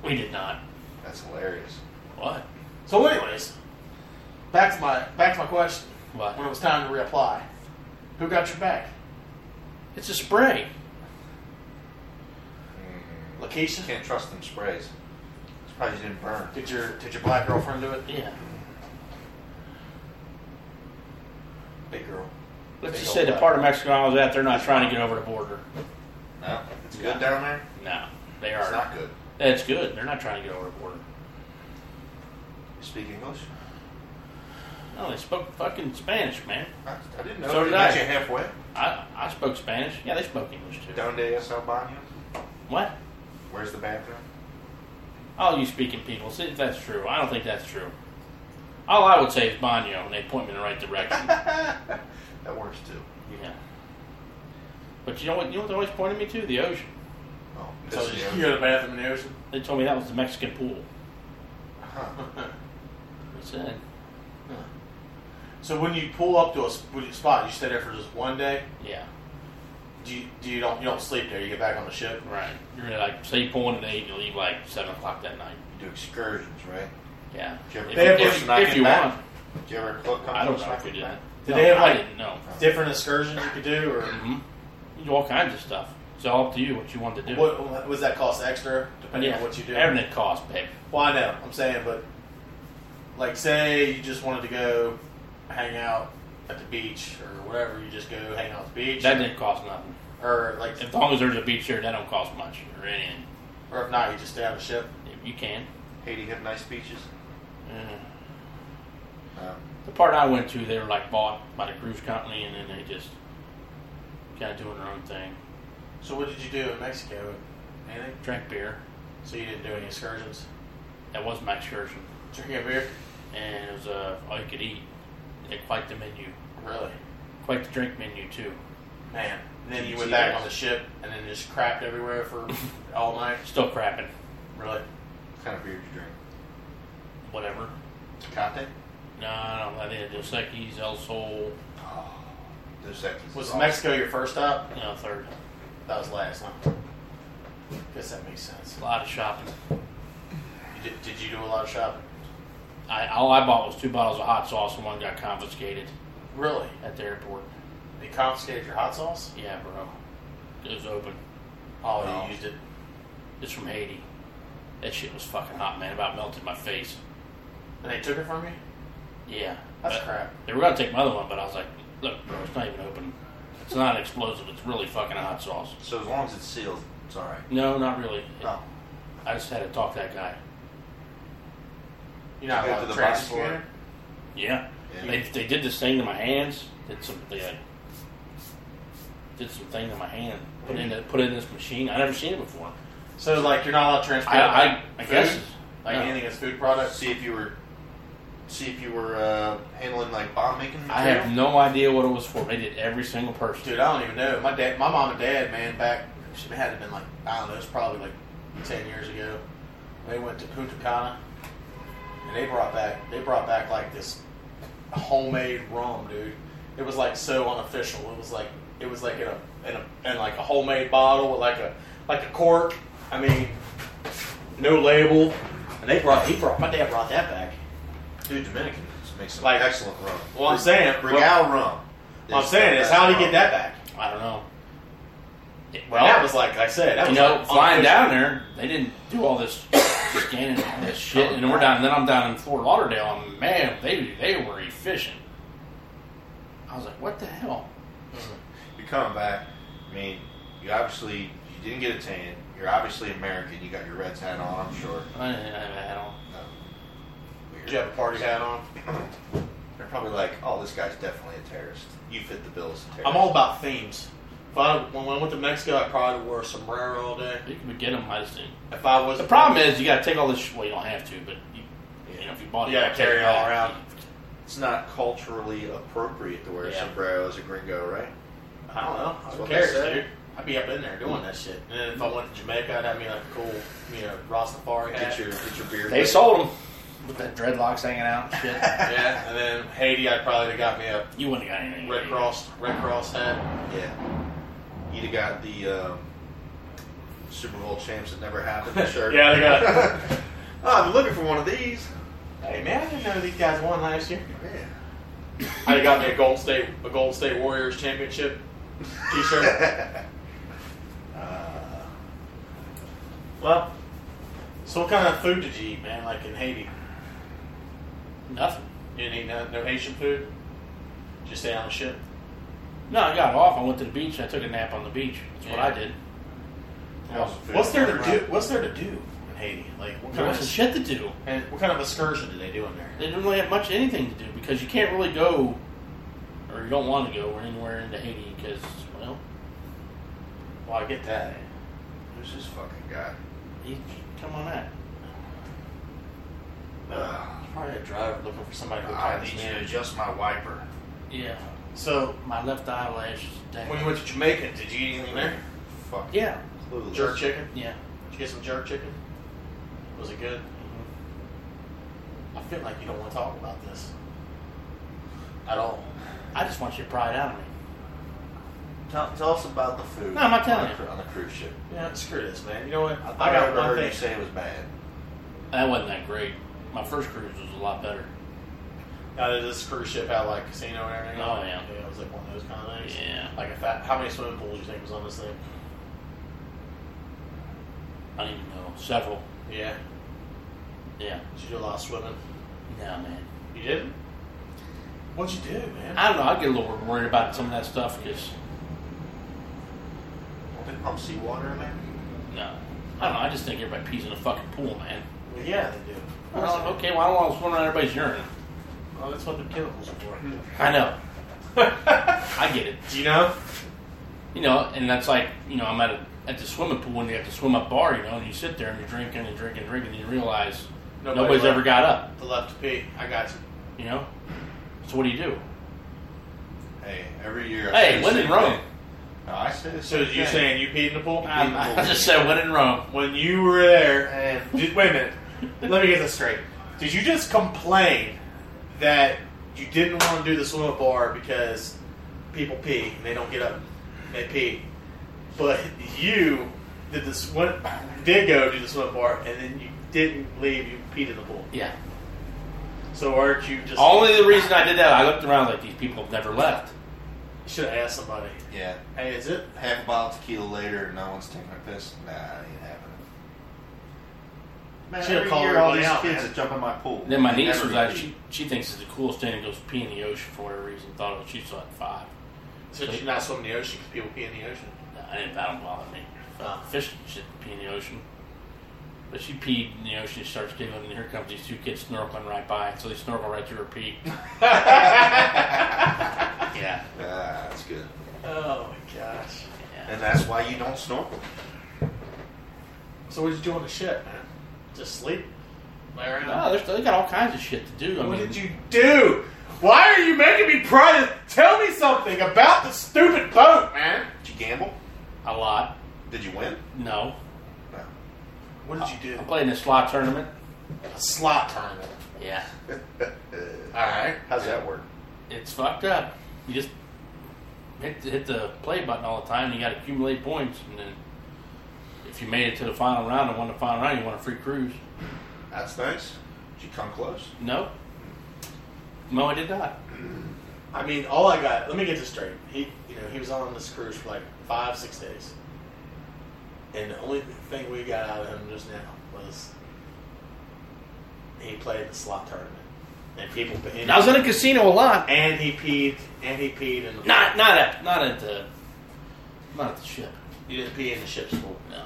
Speaker 6: We did not.
Speaker 1: that's hilarious.
Speaker 6: What?
Speaker 2: so, anyways, back to my back to my question.
Speaker 6: What?
Speaker 2: When it was time to reapply, who got your back?
Speaker 6: It's a spray.
Speaker 1: You
Speaker 2: Lakeisha?
Speaker 1: can't trust them sprays. Surprised you didn't burn.
Speaker 2: Did your did your black girlfriend do it?
Speaker 6: Yeah.
Speaker 2: Big girl.
Speaker 6: Let's
Speaker 1: Big
Speaker 6: just
Speaker 1: old
Speaker 6: say the
Speaker 1: butt.
Speaker 6: part of Mexico I was at, they're not trying to get over the border.
Speaker 1: No, it's good down there.
Speaker 6: No, they are.
Speaker 1: It's not good.
Speaker 6: That's good. They're not trying to get over the border.
Speaker 1: You speak English?
Speaker 6: No, they spoke fucking Spanish, man.
Speaker 1: I, I didn't know.
Speaker 6: So
Speaker 1: they
Speaker 6: did I.
Speaker 1: met you halfway.
Speaker 6: I, I spoke Spanish. Yeah, they spoke English too.
Speaker 1: Donde es el baño?
Speaker 6: What?
Speaker 1: Where's the bathroom?
Speaker 6: All you speaking people, see if that's true. I don't think that's true. All I would say is baño, and they point me in the right direction.
Speaker 1: That works too.
Speaker 6: yeah. But you know what? You know what they always pointed me to? The ocean.
Speaker 1: Oh,
Speaker 2: So
Speaker 1: this is
Speaker 2: you go to the bathroom in the ocean.
Speaker 6: They told me that was the Mexican pool.
Speaker 1: Huh.
Speaker 6: They said.
Speaker 2: So when you pull up to a s- when you spot, you stay there for just one day.
Speaker 6: Yeah.
Speaker 2: Do you, do you don't you don't sleep there? You get back on the ship.
Speaker 6: Right. You're gonna like say you pull in at eight, you leave like seven o'clock that night.
Speaker 1: You do excursions, right?
Speaker 6: Yeah.
Speaker 1: Did you ever
Speaker 6: If,
Speaker 1: they have
Speaker 6: if-
Speaker 1: horse knocking
Speaker 6: if you
Speaker 1: back?
Speaker 6: want.
Speaker 1: Did you ever cook?
Speaker 6: I don't know if we did.
Speaker 2: Did
Speaker 6: No,
Speaker 2: they have,
Speaker 6: I
Speaker 2: like-
Speaker 6: didn't know.
Speaker 2: Different excursions you could do, or
Speaker 6: hmm You do all kinds of stuff. It's all up to you what you want to do.
Speaker 2: what, what was that cost extra depending
Speaker 6: yeah.
Speaker 2: on what you do?
Speaker 6: Everything costs, babe.
Speaker 2: Well, I know I'm saying, but like say you just wanted to go hang out at the beach or whatever, you just go hang out at the beach.
Speaker 6: That didn't cost nothing.
Speaker 2: or like,
Speaker 6: As long as there's a beach here, that don't cost much or anything.
Speaker 2: or if not, you just stay on the ship.
Speaker 6: If you can.
Speaker 2: Haiti have nice beaches.
Speaker 6: Uh,
Speaker 2: Mm-hmm.
Speaker 1: Uh,
Speaker 2: Um,
Speaker 6: the part I went to, they were like bought by the cruise company, and then they just kind of doing their own thing.
Speaker 2: so what did you do in Mexico? Anything?
Speaker 6: Drank beer.
Speaker 2: So you didn't do any excursions?
Speaker 6: That was my excursion,
Speaker 2: Drinking beer?
Speaker 6: and it was uh, all you could eat. They had quite the menu,
Speaker 2: Really?
Speaker 6: quite the drink menu too.
Speaker 2: Man. And then you went
Speaker 6: Jeez.
Speaker 2: back on the ship and then just crapped everywhere for all night?
Speaker 6: Still crapping,
Speaker 2: Really?
Speaker 1: What kind of beer did you drink?
Speaker 6: whatever.
Speaker 1: Tecate?
Speaker 6: No, I don't. I did Dos Equis, El Sol, Oh.
Speaker 1: Those Equis.
Speaker 2: Was
Speaker 1: is awesome.
Speaker 2: Mexico your first stop?
Speaker 6: you know, third.
Speaker 2: That was last, huh? Guess that makes sense.
Speaker 6: A lot of shopping.
Speaker 2: You did, did you do a lot of shopping?
Speaker 6: I all I bought was two bottles of hot sauce, and one got confiscated
Speaker 2: Really?
Speaker 6: at the airport.
Speaker 2: They confiscated your hot sauce?
Speaker 6: Yeah, bro. It was open.
Speaker 2: Oh,
Speaker 1: No.
Speaker 2: you used it.
Speaker 6: It's from Haiti. That shit was fucking hot, man. About melted my face.
Speaker 2: And they took it from you?
Speaker 6: Yeah.
Speaker 2: That's
Speaker 6: But-
Speaker 2: crap.
Speaker 6: They were gonna take my other one, but I was like, look, bro, it's not even open. It's not explosive. It's really fucking hot sauce.
Speaker 1: So as long as it's sealed, it's all right.
Speaker 6: No, not really.
Speaker 1: No.
Speaker 6: I just had to talk that guy.
Speaker 2: You're not
Speaker 1: Go
Speaker 2: allowed
Speaker 1: to
Speaker 2: to
Speaker 1: the
Speaker 2: trash
Speaker 1: box for
Speaker 2: scanner?
Speaker 1: it?
Speaker 6: Yeah.
Speaker 1: Yeah.
Speaker 6: They, they did this thing to my hands. Did some they uh, did some thing to my hand. Put in put in this machine. I never seen it before.
Speaker 2: So, like, you're not allowed to transport
Speaker 6: I I,
Speaker 2: like,
Speaker 6: I
Speaker 2: food?
Speaker 6: guess.
Speaker 2: Like
Speaker 6: no.
Speaker 2: anything that's food products?
Speaker 1: See if you were, see if you were uh, handling like bomb making.
Speaker 6: I have no idea what it was for. They did every single person.
Speaker 2: Dude, I don't even know. My dad, my mom and dad, man, back it had to have been like I don't know, it's probably like ten years ago. They went to Punta Cana, and they brought back they brought back like this homemade rum, dude. It was like so unofficial. It was like it was like in a in a in like a homemade bottle with like a like a cork. I mean, no label. And they brought he brought my dad brought that back.
Speaker 1: Dude, Dominican makes some
Speaker 2: Like-
Speaker 1: excellent rum.
Speaker 2: Well, I'm saying,
Speaker 1: Regal rum.
Speaker 2: I'm saying is how did he get that back?
Speaker 6: I don't know. It-
Speaker 2: Well, that was like I said, that
Speaker 6: you
Speaker 2: was
Speaker 6: know,
Speaker 2: like
Speaker 6: flying
Speaker 2: unofficial.
Speaker 6: down there, they didn't do all this scanning and all this shit. And we're down, then I'm down in Fort Lauderdale, and man, they they were efficient. I was like, what the hell?
Speaker 1: You're coming back. I mean, you obviously you didn't get a tan. You're obviously American. You got your Reds hat on. I'm sure.
Speaker 6: I, I, I don't.
Speaker 1: No. Weird.
Speaker 2: Did you have a party hat on?
Speaker 1: They're probably like, oh, this guy's definitely a terrorist. You fit the bill as a terrorist.
Speaker 2: I'm all about themes. If I when I went to Mexico, I probably wore a sombrero all day.
Speaker 6: You could get them. I just didn't.
Speaker 2: If I was
Speaker 6: The problem is, you got to take all this. Sh- well, you don't have to, but you, you know, if you bought it,
Speaker 2: You gotta
Speaker 6: gotta
Speaker 2: Oh, carry
Speaker 6: take
Speaker 2: it all
Speaker 6: back.
Speaker 2: around.
Speaker 1: It's not culturally appropriate to wear a
Speaker 6: Yeah.
Speaker 1: sombrero as a gringo, right?
Speaker 2: I don't know.
Speaker 1: That's
Speaker 2: Who
Speaker 1: what
Speaker 2: cares,
Speaker 1: they said.
Speaker 2: dude? I'd be up in there doing that shit. And then if I went to Jamaica, I'd have me like a cool, you know, Rastafari hat.
Speaker 1: Get your get your beard.
Speaker 6: They
Speaker 1: licked.
Speaker 6: sold them with the dreadlocks hanging out. and Shit,
Speaker 2: yeah, and then Haiti, I probably got me a
Speaker 6: you wouldn't have got anything.
Speaker 2: Red Cross, Red Cross hat.
Speaker 1: Yeah. You'd have got the um, Super Bowl champs that never happened shirt.
Speaker 2: Yeah, they got.
Speaker 1: oh, I'm looking for one of these.
Speaker 2: hey man, I didn't know these guys won last year.
Speaker 1: Yeah.
Speaker 2: I got me a Gold State, a Gold State Warriors championship T-shirt.
Speaker 1: uh,
Speaker 2: well, so what kind of food did you eat, man? Like in Haiti?
Speaker 6: Nothing.
Speaker 2: You didn't eat no, no Haitian food? Just stay on the ship?
Speaker 6: No, I got off. I went to the beach. and I took a nap on the beach. That's
Speaker 2: Yeah.
Speaker 6: what I did.
Speaker 1: how's the food?
Speaker 2: What's there to do? What's there to do in Haiti? Like what
Speaker 6: There
Speaker 2: kind
Speaker 6: wasn't
Speaker 2: of
Speaker 6: shit to do.
Speaker 2: and what kind of excursion do they do in there?
Speaker 6: they didn't really have much anything to do because you can't really go, or you don't want to go anywhere into Haiti because, well,
Speaker 2: Well, I get that.
Speaker 1: Who's this fucking guy?
Speaker 6: he, come on out.
Speaker 1: Ugh.
Speaker 2: Probably a driver looking for somebody to look
Speaker 1: Ah, I
Speaker 2: like
Speaker 1: need
Speaker 2: this
Speaker 1: you to
Speaker 2: man.
Speaker 1: adjust my wiper.
Speaker 6: Yeah,
Speaker 2: So
Speaker 6: my left eyelash. is down.
Speaker 2: when you went to Jamaica, did you eat anything there?
Speaker 1: Fuck.
Speaker 6: Yeah,
Speaker 1: Clueless.
Speaker 2: Jerk chicken?
Speaker 6: yeah.
Speaker 2: Did you get some jerk chicken? Was it good? Mm-hmm. I feel like you don't want to talk about this at all.
Speaker 6: I just want you to pry it out of me.
Speaker 1: Tell, tell us about the food.
Speaker 6: No, I'm not telling
Speaker 1: on the,
Speaker 6: you.
Speaker 1: on the cruise ship.
Speaker 2: Yeah, screw this, man. You know what?
Speaker 1: I, thought
Speaker 2: I got
Speaker 1: I
Speaker 2: one
Speaker 1: heard
Speaker 2: thing.
Speaker 1: you say it was bad.
Speaker 6: That wasn't that great. My first cruise was a lot better.
Speaker 2: Out of this cruise ship had like casino and everything.
Speaker 6: Oh,
Speaker 2: on it.
Speaker 6: yeah.
Speaker 2: yeah. It was like one of those kind of things.
Speaker 6: Yeah,
Speaker 2: Like if that, how many swimming pools do you think was on this thing?
Speaker 6: I don't even know. Several.
Speaker 2: Yeah.
Speaker 6: Yeah,
Speaker 2: Did you do a lot of swimming?
Speaker 6: No, man.
Speaker 2: You Ah, didn't? What'd you do, man?
Speaker 6: I don't know. I get a little worried about some of that stuff because
Speaker 1: They pump seawater in there.
Speaker 6: no, I don't know. I just think everybody pees in a fucking pool, man.
Speaker 2: Well, yeah, they do.
Speaker 6: I don't- okay, well I don't want to swim around everybody's urine.
Speaker 2: Well, that's what the chemicals are for.
Speaker 6: I know.
Speaker 2: Hmm.
Speaker 6: I get it.
Speaker 2: Do you know?
Speaker 6: You know, and that's like you know I'm at a, at the swimming pool and they have to swim up bar, you know, and you sit there and you're drinking and drinking and drinking and you realize
Speaker 2: Nobody
Speaker 6: nobody's
Speaker 2: left.
Speaker 6: ever got up.
Speaker 2: The left to pee. I got you.
Speaker 6: You know, so what do you do?
Speaker 1: Hey, every year. I say
Speaker 6: Hey,
Speaker 1: the
Speaker 6: when
Speaker 1: same
Speaker 6: in Rome.
Speaker 1: thing. No, I say the
Speaker 2: So
Speaker 1: same
Speaker 2: you
Speaker 1: thing.
Speaker 2: saying you peed in the pool?
Speaker 6: I'm- I just said when in Rome.
Speaker 2: when you were there, and did, wait a minute, let me get this straight. Did you just complain that you didn't want to do the swim bar because people pee and they don't get up, and they pee, but you did this one, did go do the swim bar and then you didn't leave, you peed in the pool.
Speaker 6: Yeah.
Speaker 2: So aren't you just?
Speaker 6: Only the reason I did that, I looked around like these people have never left.
Speaker 2: you should have asked somebody.
Speaker 1: Yeah.
Speaker 2: Hey, is it?
Speaker 1: Half a bottle of tequila later, and no one's taking a piss. Nah, I ain't having it. Man,
Speaker 2: Should've
Speaker 1: every
Speaker 2: called
Speaker 1: year, all
Speaker 2: everybody
Speaker 1: these
Speaker 2: out,
Speaker 1: kids
Speaker 2: man.
Speaker 1: that jump in my pool.
Speaker 6: Then my
Speaker 1: They
Speaker 6: niece
Speaker 1: never
Speaker 6: was like,
Speaker 1: pee.
Speaker 6: she, she thinks it's the coolest thing to go pee in the ocean for whatever reason. Thought it was, she's like five.
Speaker 2: So you're not swimming in the ocean because people pee in the ocean.
Speaker 6: I didn't, that don't bother me. Uh, fish and shit pee in the ocean. But she peed in the ocean, she starts giggling, and here comes these two kids snorkeling right by. So they snorkel right through her pee. yeah.
Speaker 1: Ah, that's good.
Speaker 2: Oh my gosh.
Speaker 6: yeah.
Speaker 1: And that's why you don't snorkel.
Speaker 2: So what did you do on the ship, man? Just sleep? Lay around?
Speaker 6: No, Oh, there's, they got all kinds of shit to do. I
Speaker 2: what
Speaker 6: mean,
Speaker 2: did you do? Why are you making me private? Tell me something about the stupid boat, man.
Speaker 1: Did you gamble?
Speaker 6: a lot.
Speaker 1: Did you win?
Speaker 6: No.
Speaker 1: No.
Speaker 2: What did you
Speaker 6: I played in a slot tournament.
Speaker 2: do? A slot tournament.
Speaker 6: Yeah.
Speaker 2: All right.
Speaker 1: How's that work?
Speaker 6: It's fucked up. You just hit, hit the play button all the time, and you got to accumulate points, and then if you made it to the final round and won the final round, you won a free cruise.
Speaker 1: That's nice. Did you come close?
Speaker 6: No, no, I did not.
Speaker 2: I mean, all I got. Let me get this straight. He, you know, he was on this cruise for like five, six days, and the only thing we got out of him just now was he played the slot tournament, and people. And,
Speaker 6: I was in a casino a lot.
Speaker 2: and he peed. And he peed in the.
Speaker 6: Not, not at, not at the, not at the ship.
Speaker 2: You didn't pee in the ship's pool.
Speaker 6: No.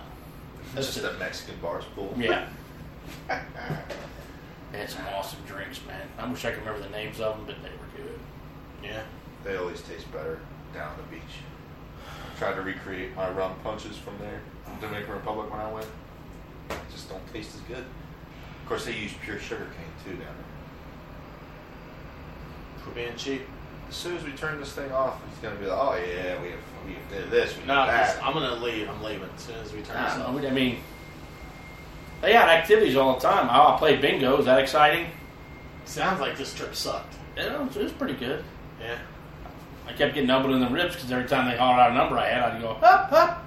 Speaker 1: That's just that Mexican bar's pool.
Speaker 6: Yeah. They had some awesome drinks, man. I wish I could remember the names of them, but they were good.
Speaker 2: Yeah.
Speaker 1: They always taste better down on the beach. Tried to recreate my rum punches from there, Dominican Republic when I went. Just don't taste as good. Of course, they use pure sugar cane too down there.
Speaker 2: For being cheap.
Speaker 1: As soon as we turn this thing off, it's gonna be like, oh yeah, we have we did this, we did
Speaker 2: No, 'cause
Speaker 1: that.
Speaker 2: I'm gonna leave. I'm leaving as soon as we turn this
Speaker 6: I
Speaker 2: off.
Speaker 6: don't know. I mean, they had activities all the time. Oh, I play bingo. Is that exciting?
Speaker 2: Sounds like this trip sucked.
Speaker 6: It was, it was pretty good.
Speaker 2: Yeah.
Speaker 6: I kept getting elbowed in the ribs because every time they hollered out a number I had, I'd go, hup, hup.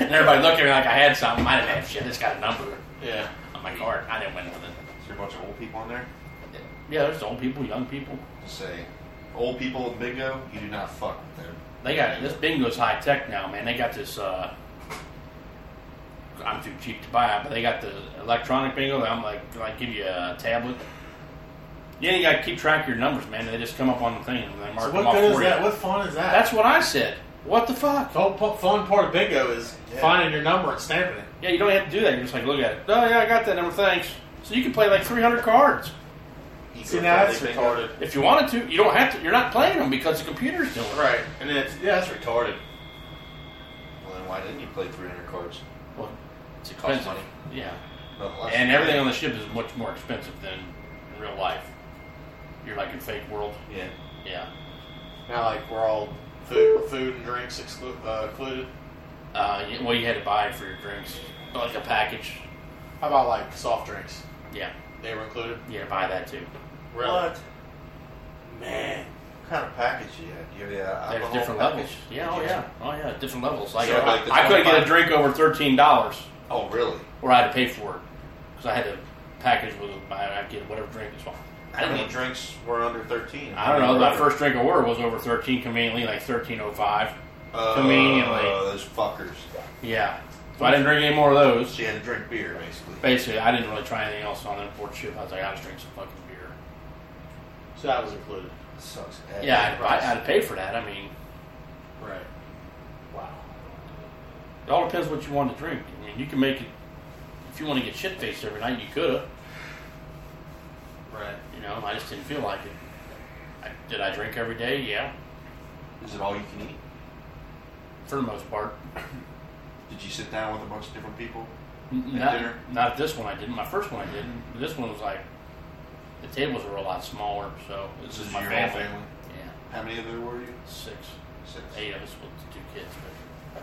Speaker 6: And everybody looked at me like I had something. I didn't have shit. It's got a number
Speaker 2: Yeah.
Speaker 6: on my card. I didn't win nothing.
Speaker 1: Is there a bunch of old people in there?
Speaker 6: Yeah, there's old people, young people.
Speaker 1: Just say, old people with bingo, you do not fuck with them.
Speaker 6: They got this bingo's high tech now, man. They got this. Uh, I'm too cheap to buy it, but they got the electronic bingo. I'm like, do I give you a tablet? Yeah, you got to keep track of your numbers, man. They just come up on the thing and they mark
Speaker 2: So
Speaker 6: them
Speaker 2: what
Speaker 6: off
Speaker 2: good
Speaker 6: for
Speaker 2: is that?
Speaker 6: you.
Speaker 2: What fun is that?
Speaker 6: That's what I said. What the fuck?
Speaker 2: The whole pu- fun part of bingo is
Speaker 1: Yeah.
Speaker 2: finding your number and stamping it.
Speaker 6: Yeah, you don't have to do that. You're just like, look at it. Oh yeah, I got that number. Thanks. So you can play like 300 cards
Speaker 2: See, now that's retarded.
Speaker 6: if you wanted to. You don't have to. You're not playing them because the computer's doing it.
Speaker 2: Right. And it's, yeah, that's retarded.
Speaker 1: Well, then why didn't you play 300 cards?
Speaker 6: Well, it's
Speaker 1: costs
Speaker 6: expensive.
Speaker 1: money.
Speaker 6: Yeah.
Speaker 1: No, less than-
Speaker 6: And everything on the ship is much more expensive than in real life. You're like in fake world.
Speaker 1: Yeah.
Speaker 6: Yeah.
Speaker 2: Now, like, we're all food, food and drinks exclu- uh, included.
Speaker 6: Uh, you- well, you had to buy for your drinks, Oh, like a package.
Speaker 2: How about, like, soft drinks?
Speaker 6: Yeah,
Speaker 2: They were included?
Speaker 6: you had to buy that too.
Speaker 2: Really?
Speaker 1: What?
Speaker 2: Man.
Speaker 1: What kind of package you had? You had the uh,
Speaker 6: There's
Speaker 1: alcohol
Speaker 6: different
Speaker 1: package?
Speaker 6: levels. Yeah, oh yeah, oh yeah, different levels. Like,
Speaker 1: So,
Speaker 6: I,
Speaker 1: like, the
Speaker 6: I couldn't get a
Speaker 1: 25
Speaker 6: drink over thirteen dollars,
Speaker 1: Oh, really?
Speaker 6: or I had to pay for it because I had to package with I I'd get whatever drink was fine. I
Speaker 1: How
Speaker 6: don't
Speaker 1: many
Speaker 6: know.
Speaker 1: drinks were under 13?
Speaker 6: I don't know. My first drink I ordered was over thirteen, conveniently like thirteen oh five.
Speaker 1: Uh,
Speaker 6: conveniently.
Speaker 1: Those fuckers.
Speaker 6: Yeah, So I didn't drink any more of those.
Speaker 1: She had to drink beer, basically.
Speaker 6: Basically, I didn't really try anything else on that board ship. I was like, I just drink some fucking beer.
Speaker 2: So that was included.
Speaker 1: Sucks.
Speaker 6: Yeah, I, I, I'd pay for that. I mean,
Speaker 2: Right. Wow.
Speaker 6: it all depends what you want to drink. I mean, you can make it if you want to get shit faced every night. You could have.
Speaker 2: Right.
Speaker 6: You know, I just didn't feel like it. I, did I drink every day? Yeah,
Speaker 1: Is it all you can eat?
Speaker 6: for the most part.
Speaker 1: Did you sit down with a bunch of different people?
Speaker 6: N-
Speaker 1: At
Speaker 6: Not,
Speaker 1: dinner?
Speaker 6: not this one. I didn't. My first one I didn't. But This one was like the tables were a lot smaller. So this
Speaker 1: This
Speaker 6: is
Speaker 1: is
Speaker 6: my
Speaker 1: your whole
Speaker 6: family.
Speaker 1: family?
Speaker 6: Yeah,
Speaker 1: How many of there were you?
Speaker 6: six,
Speaker 1: Six.
Speaker 6: eight of us with the two kids, but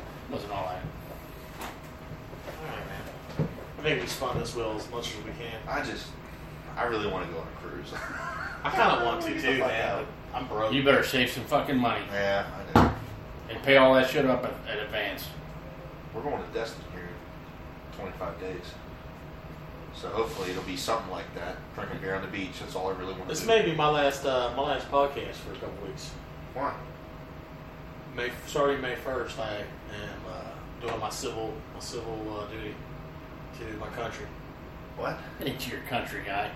Speaker 6: it wasn't all that.
Speaker 2: All right, man. I think we spun this wheel as much as we can.
Speaker 1: I just, I really want to go on a cruise.
Speaker 2: I kind of want to too, man. but I'm broke.
Speaker 6: You better save some fucking money
Speaker 1: yeah, I know.
Speaker 6: and pay all that shit up at, at advance.
Speaker 1: We're going to Destin here in 25 days. So hopefully it'll be something like that. Drinking beer on the beach, that's all I really want to
Speaker 2: This
Speaker 1: do.
Speaker 2: may be my last uh, my last podcast for a couple weeks.
Speaker 1: Why?
Speaker 2: May starting May first, I am uh, doing my civil my civil uh, duty to my country.
Speaker 1: What?
Speaker 6: Into your country, guy.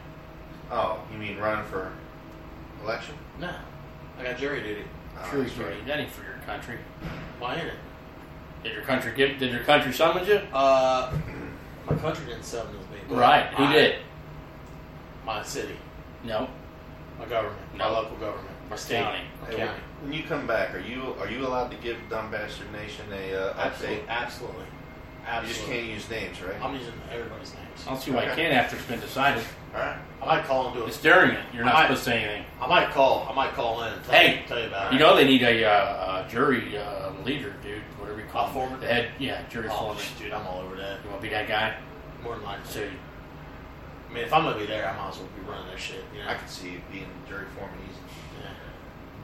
Speaker 1: Oh, you mean running for election?
Speaker 2: No, I got jury duty.
Speaker 1: Oh,
Speaker 6: True,
Speaker 1: that's
Speaker 6: duty. That ain't for your country.
Speaker 2: Why ain't it?
Speaker 6: Did your country give? Did your country summons you?
Speaker 2: Uh, my country didn't summon me. but
Speaker 6: Right. Who
Speaker 2: my-
Speaker 6: did?
Speaker 2: My city,
Speaker 6: No.
Speaker 2: my government, my
Speaker 6: No.
Speaker 2: local government, my state,
Speaker 6: County.
Speaker 2: my
Speaker 1: Hey,
Speaker 2: county.
Speaker 1: when- when you come back, are you are you allowed to give Dumb Bastard Nation a uh,
Speaker 2: Absolutely,
Speaker 1: update?
Speaker 2: absolutely,
Speaker 1: You just
Speaker 2: absolutely.
Speaker 1: can't use names, right?
Speaker 2: I'm using everybody's
Speaker 6: I don't
Speaker 2: names.
Speaker 6: see why I can't after it's been decided.
Speaker 1: All right.
Speaker 2: I might call and do
Speaker 6: It's
Speaker 2: it.
Speaker 6: during it. You're not
Speaker 2: I-
Speaker 6: supposed to say anything.
Speaker 2: I might call. I might call in. And tell,
Speaker 6: Hey,
Speaker 2: tell you about
Speaker 6: You
Speaker 2: it.
Speaker 6: know they need a, uh, uh jury uh, leader, dude. Whatever you call
Speaker 2: A foreman?
Speaker 6: him. The head. Yeah, jury
Speaker 2: Oh,
Speaker 6: foreman.
Speaker 2: dude, I'm all over that.
Speaker 6: You want to be that guy?
Speaker 2: More than likely.
Speaker 6: So
Speaker 2: Too. I mean, if I'm gonna be there, I might as well be running that shit. You know.
Speaker 1: I can see you being jury foreman easy.
Speaker 2: yeah.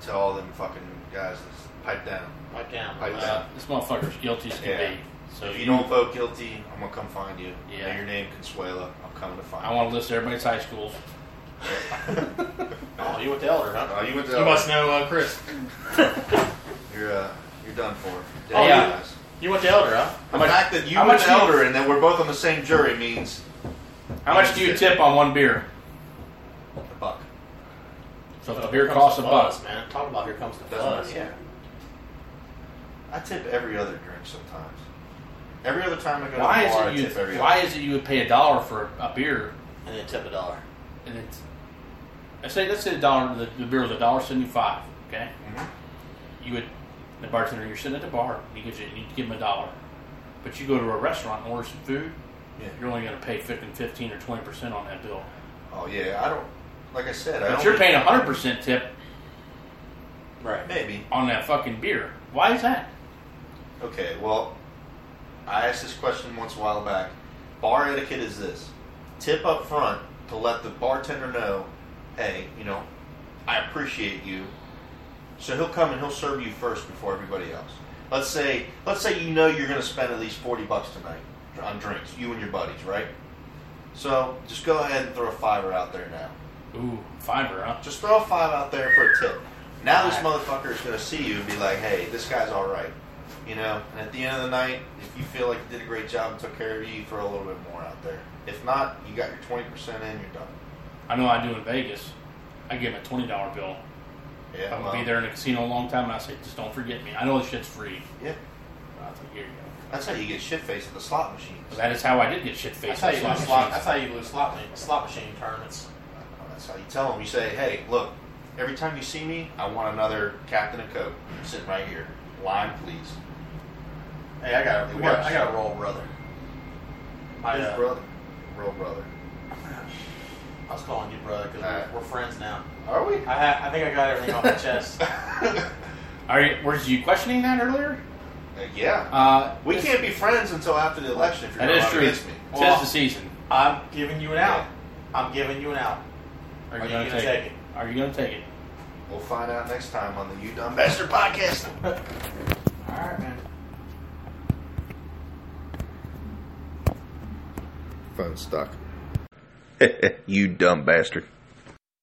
Speaker 1: Tell all them fucking guys to pipe down.
Speaker 2: Pipe down.
Speaker 1: Pipe
Speaker 2: relax.
Speaker 1: down.
Speaker 6: uh, this motherfucker's guilty as can
Speaker 1: Yeah.
Speaker 6: be. So
Speaker 1: If you don't vote guilty, I'm gonna come find you. I know
Speaker 6: Yeah.
Speaker 1: your name, Consuela. I'm coming to find
Speaker 6: I want to list everybody's high schools.
Speaker 2: Oh, you went to Elder, huh?
Speaker 1: you. Oh, you went to.
Speaker 2: You must know uh, Chris.
Speaker 1: You're uh, you're done for.
Speaker 2: Oh,
Speaker 6: yeah.
Speaker 1: Guys.
Speaker 2: You went to Elder, huh?
Speaker 1: The fact that you
Speaker 6: how
Speaker 1: were
Speaker 6: much
Speaker 1: an
Speaker 6: do you-
Speaker 1: elder and that we're both on the same jury means
Speaker 6: How much do you tip on one beer?
Speaker 1: a buck.
Speaker 6: So if the
Speaker 2: Oh,
Speaker 6: beer
Speaker 2: here comes
Speaker 6: costs a
Speaker 2: the
Speaker 6: buck,
Speaker 2: fuzz, man. Talk about here comes the
Speaker 1: Doesn't
Speaker 2: fuzz.
Speaker 1: matter. I tip every other drink sometimes. Every other time I go
Speaker 6: why
Speaker 1: to the bar, I
Speaker 6: is it
Speaker 1: tip every
Speaker 6: you? Why is it you would pay a dollar for a beer
Speaker 2: And then tip a dollar.
Speaker 6: and it's I say let's say the dollar the, the beer was a dollar seventy five, okay?
Speaker 1: Mhm.
Speaker 6: You would the bartender you're sitting at the bar, he gives you you give him a dollar. But you go to a restaurant and order some food,
Speaker 1: Yeah.
Speaker 6: you're only gonna pay fifteen fifteen or twenty percent on that bill.
Speaker 1: Oh yeah, I don't. Like I said, I
Speaker 6: But
Speaker 1: don't.
Speaker 6: you're paying hundred percent tip
Speaker 2: Right.
Speaker 1: Maybe.
Speaker 6: on that fucking beer. Why is that?
Speaker 1: Okay. Well, I asked this question once a while back. Bar etiquette is this: tip up front to let the bartender know, hey, you know, I appreciate you. So he'll come and he'll serve you first before everybody else. Let's say, let's say you know you're going to spend at least forty bucks tonight on drinks, you and your buddies, right? So just go ahead and throw a fiver out there now.
Speaker 6: Ooh, fiver, huh?
Speaker 1: Just throw a five out there for a tip. Now this motherfucker is gonna see you and be like, "Hey, this guy's all right," you know. And at the end of the night, if you feel like you did a great job and took care of you, you throw a little bit more out there. If not, you got your twenty percent in, you're done.
Speaker 6: I know I do in Vegas. I give him a twenty dollar bill.
Speaker 1: Yeah,
Speaker 6: I'm
Speaker 1: well,
Speaker 6: gonna be there in a casino a long time and I say, just don't forget me. I know this shit's free.
Speaker 1: Yeah,
Speaker 6: But I think, here you go.
Speaker 1: that's how you get shit faced at the slot machines.
Speaker 6: But that is how I did get shit faced.
Speaker 2: That's how you lose slot. That's how you lose slot, ma- slot machine tournaments.
Speaker 1: That's how you tell them. You say, "Hey, look, every time you see me, I want another Captain and Coke sitting right here. Line, please."
Speaker 2: Hey, I got.
Speaker 1: It
Speaker 2: We got.
Speaker 1: works.
Speaker 2: I got a roll, brother. My,
Speaker 1: His
Speaker 2: uh,
Speaker 1: brother, real brother.
Speaker 2: I was calling you brother because
Speaker 1: Alright.
Speaker 2: we're, we're friends now.
Speaker 1: Are we?
Speaker 2: I ha- I think I got everything off my chest.
Speaker 6: Are you, were you questioning that earlier?
Speaker 1: Uh, yeah.
Speaker 6: Uh,
Speaker 1: We
Speaker 6: this-
Speaker 1: can't be friends until after the election if you're
Speaker 6: That
Speaker 1: going
Speaker 6: is
Speaker 1: to
Speaker 6: true.
Speaker 1: against me.
Speaker 6: Tis
Speaker 2: Well-
Speaker 6: the season.
Speaker 2: I'm giving you an out. I'm giving you an out. Are you gonna take it?
Speaker 6: Are you going to take it?
Speaker 1: We'll find out next time on the You Dumb Bastard podcast.
Speaker 2: All right, man.
Speaker 7: Phone stuck.
Speaker 1: you dumb bastard.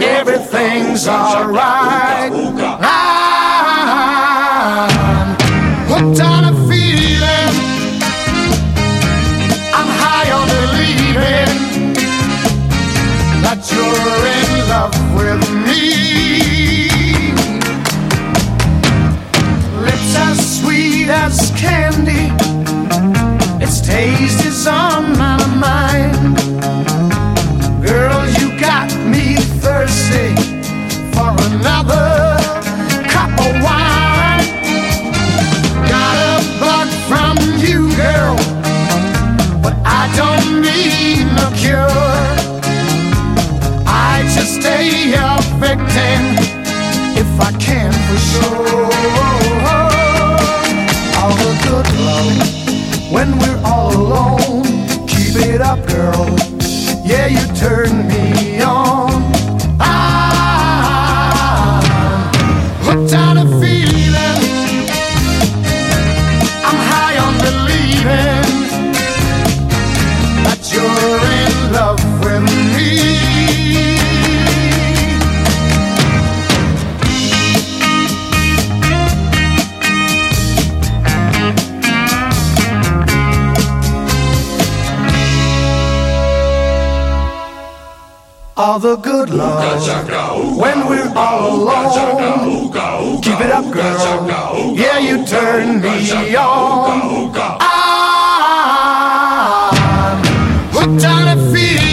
Speaker 8: everything's alright. I'm hooked on a feeling. I'm high on believing that you're in love with me. Lips as sweet as candy, its taste is on my mind. Girl, you got me thirsty for another cup of wine. Got a bug from you, girl, but I don't need no cure. I just stay a victim if I can for sure. All the good love when we're all alone. Keep it up, girl. Yeah, you turn me on. Ah, I'm hooked on a feeling. I'm high on believing that you're in love with me. All the good love when we're all alone. Keep it up, girl. Yeah, you turn me Ah. on. I'm hooked on a feeling.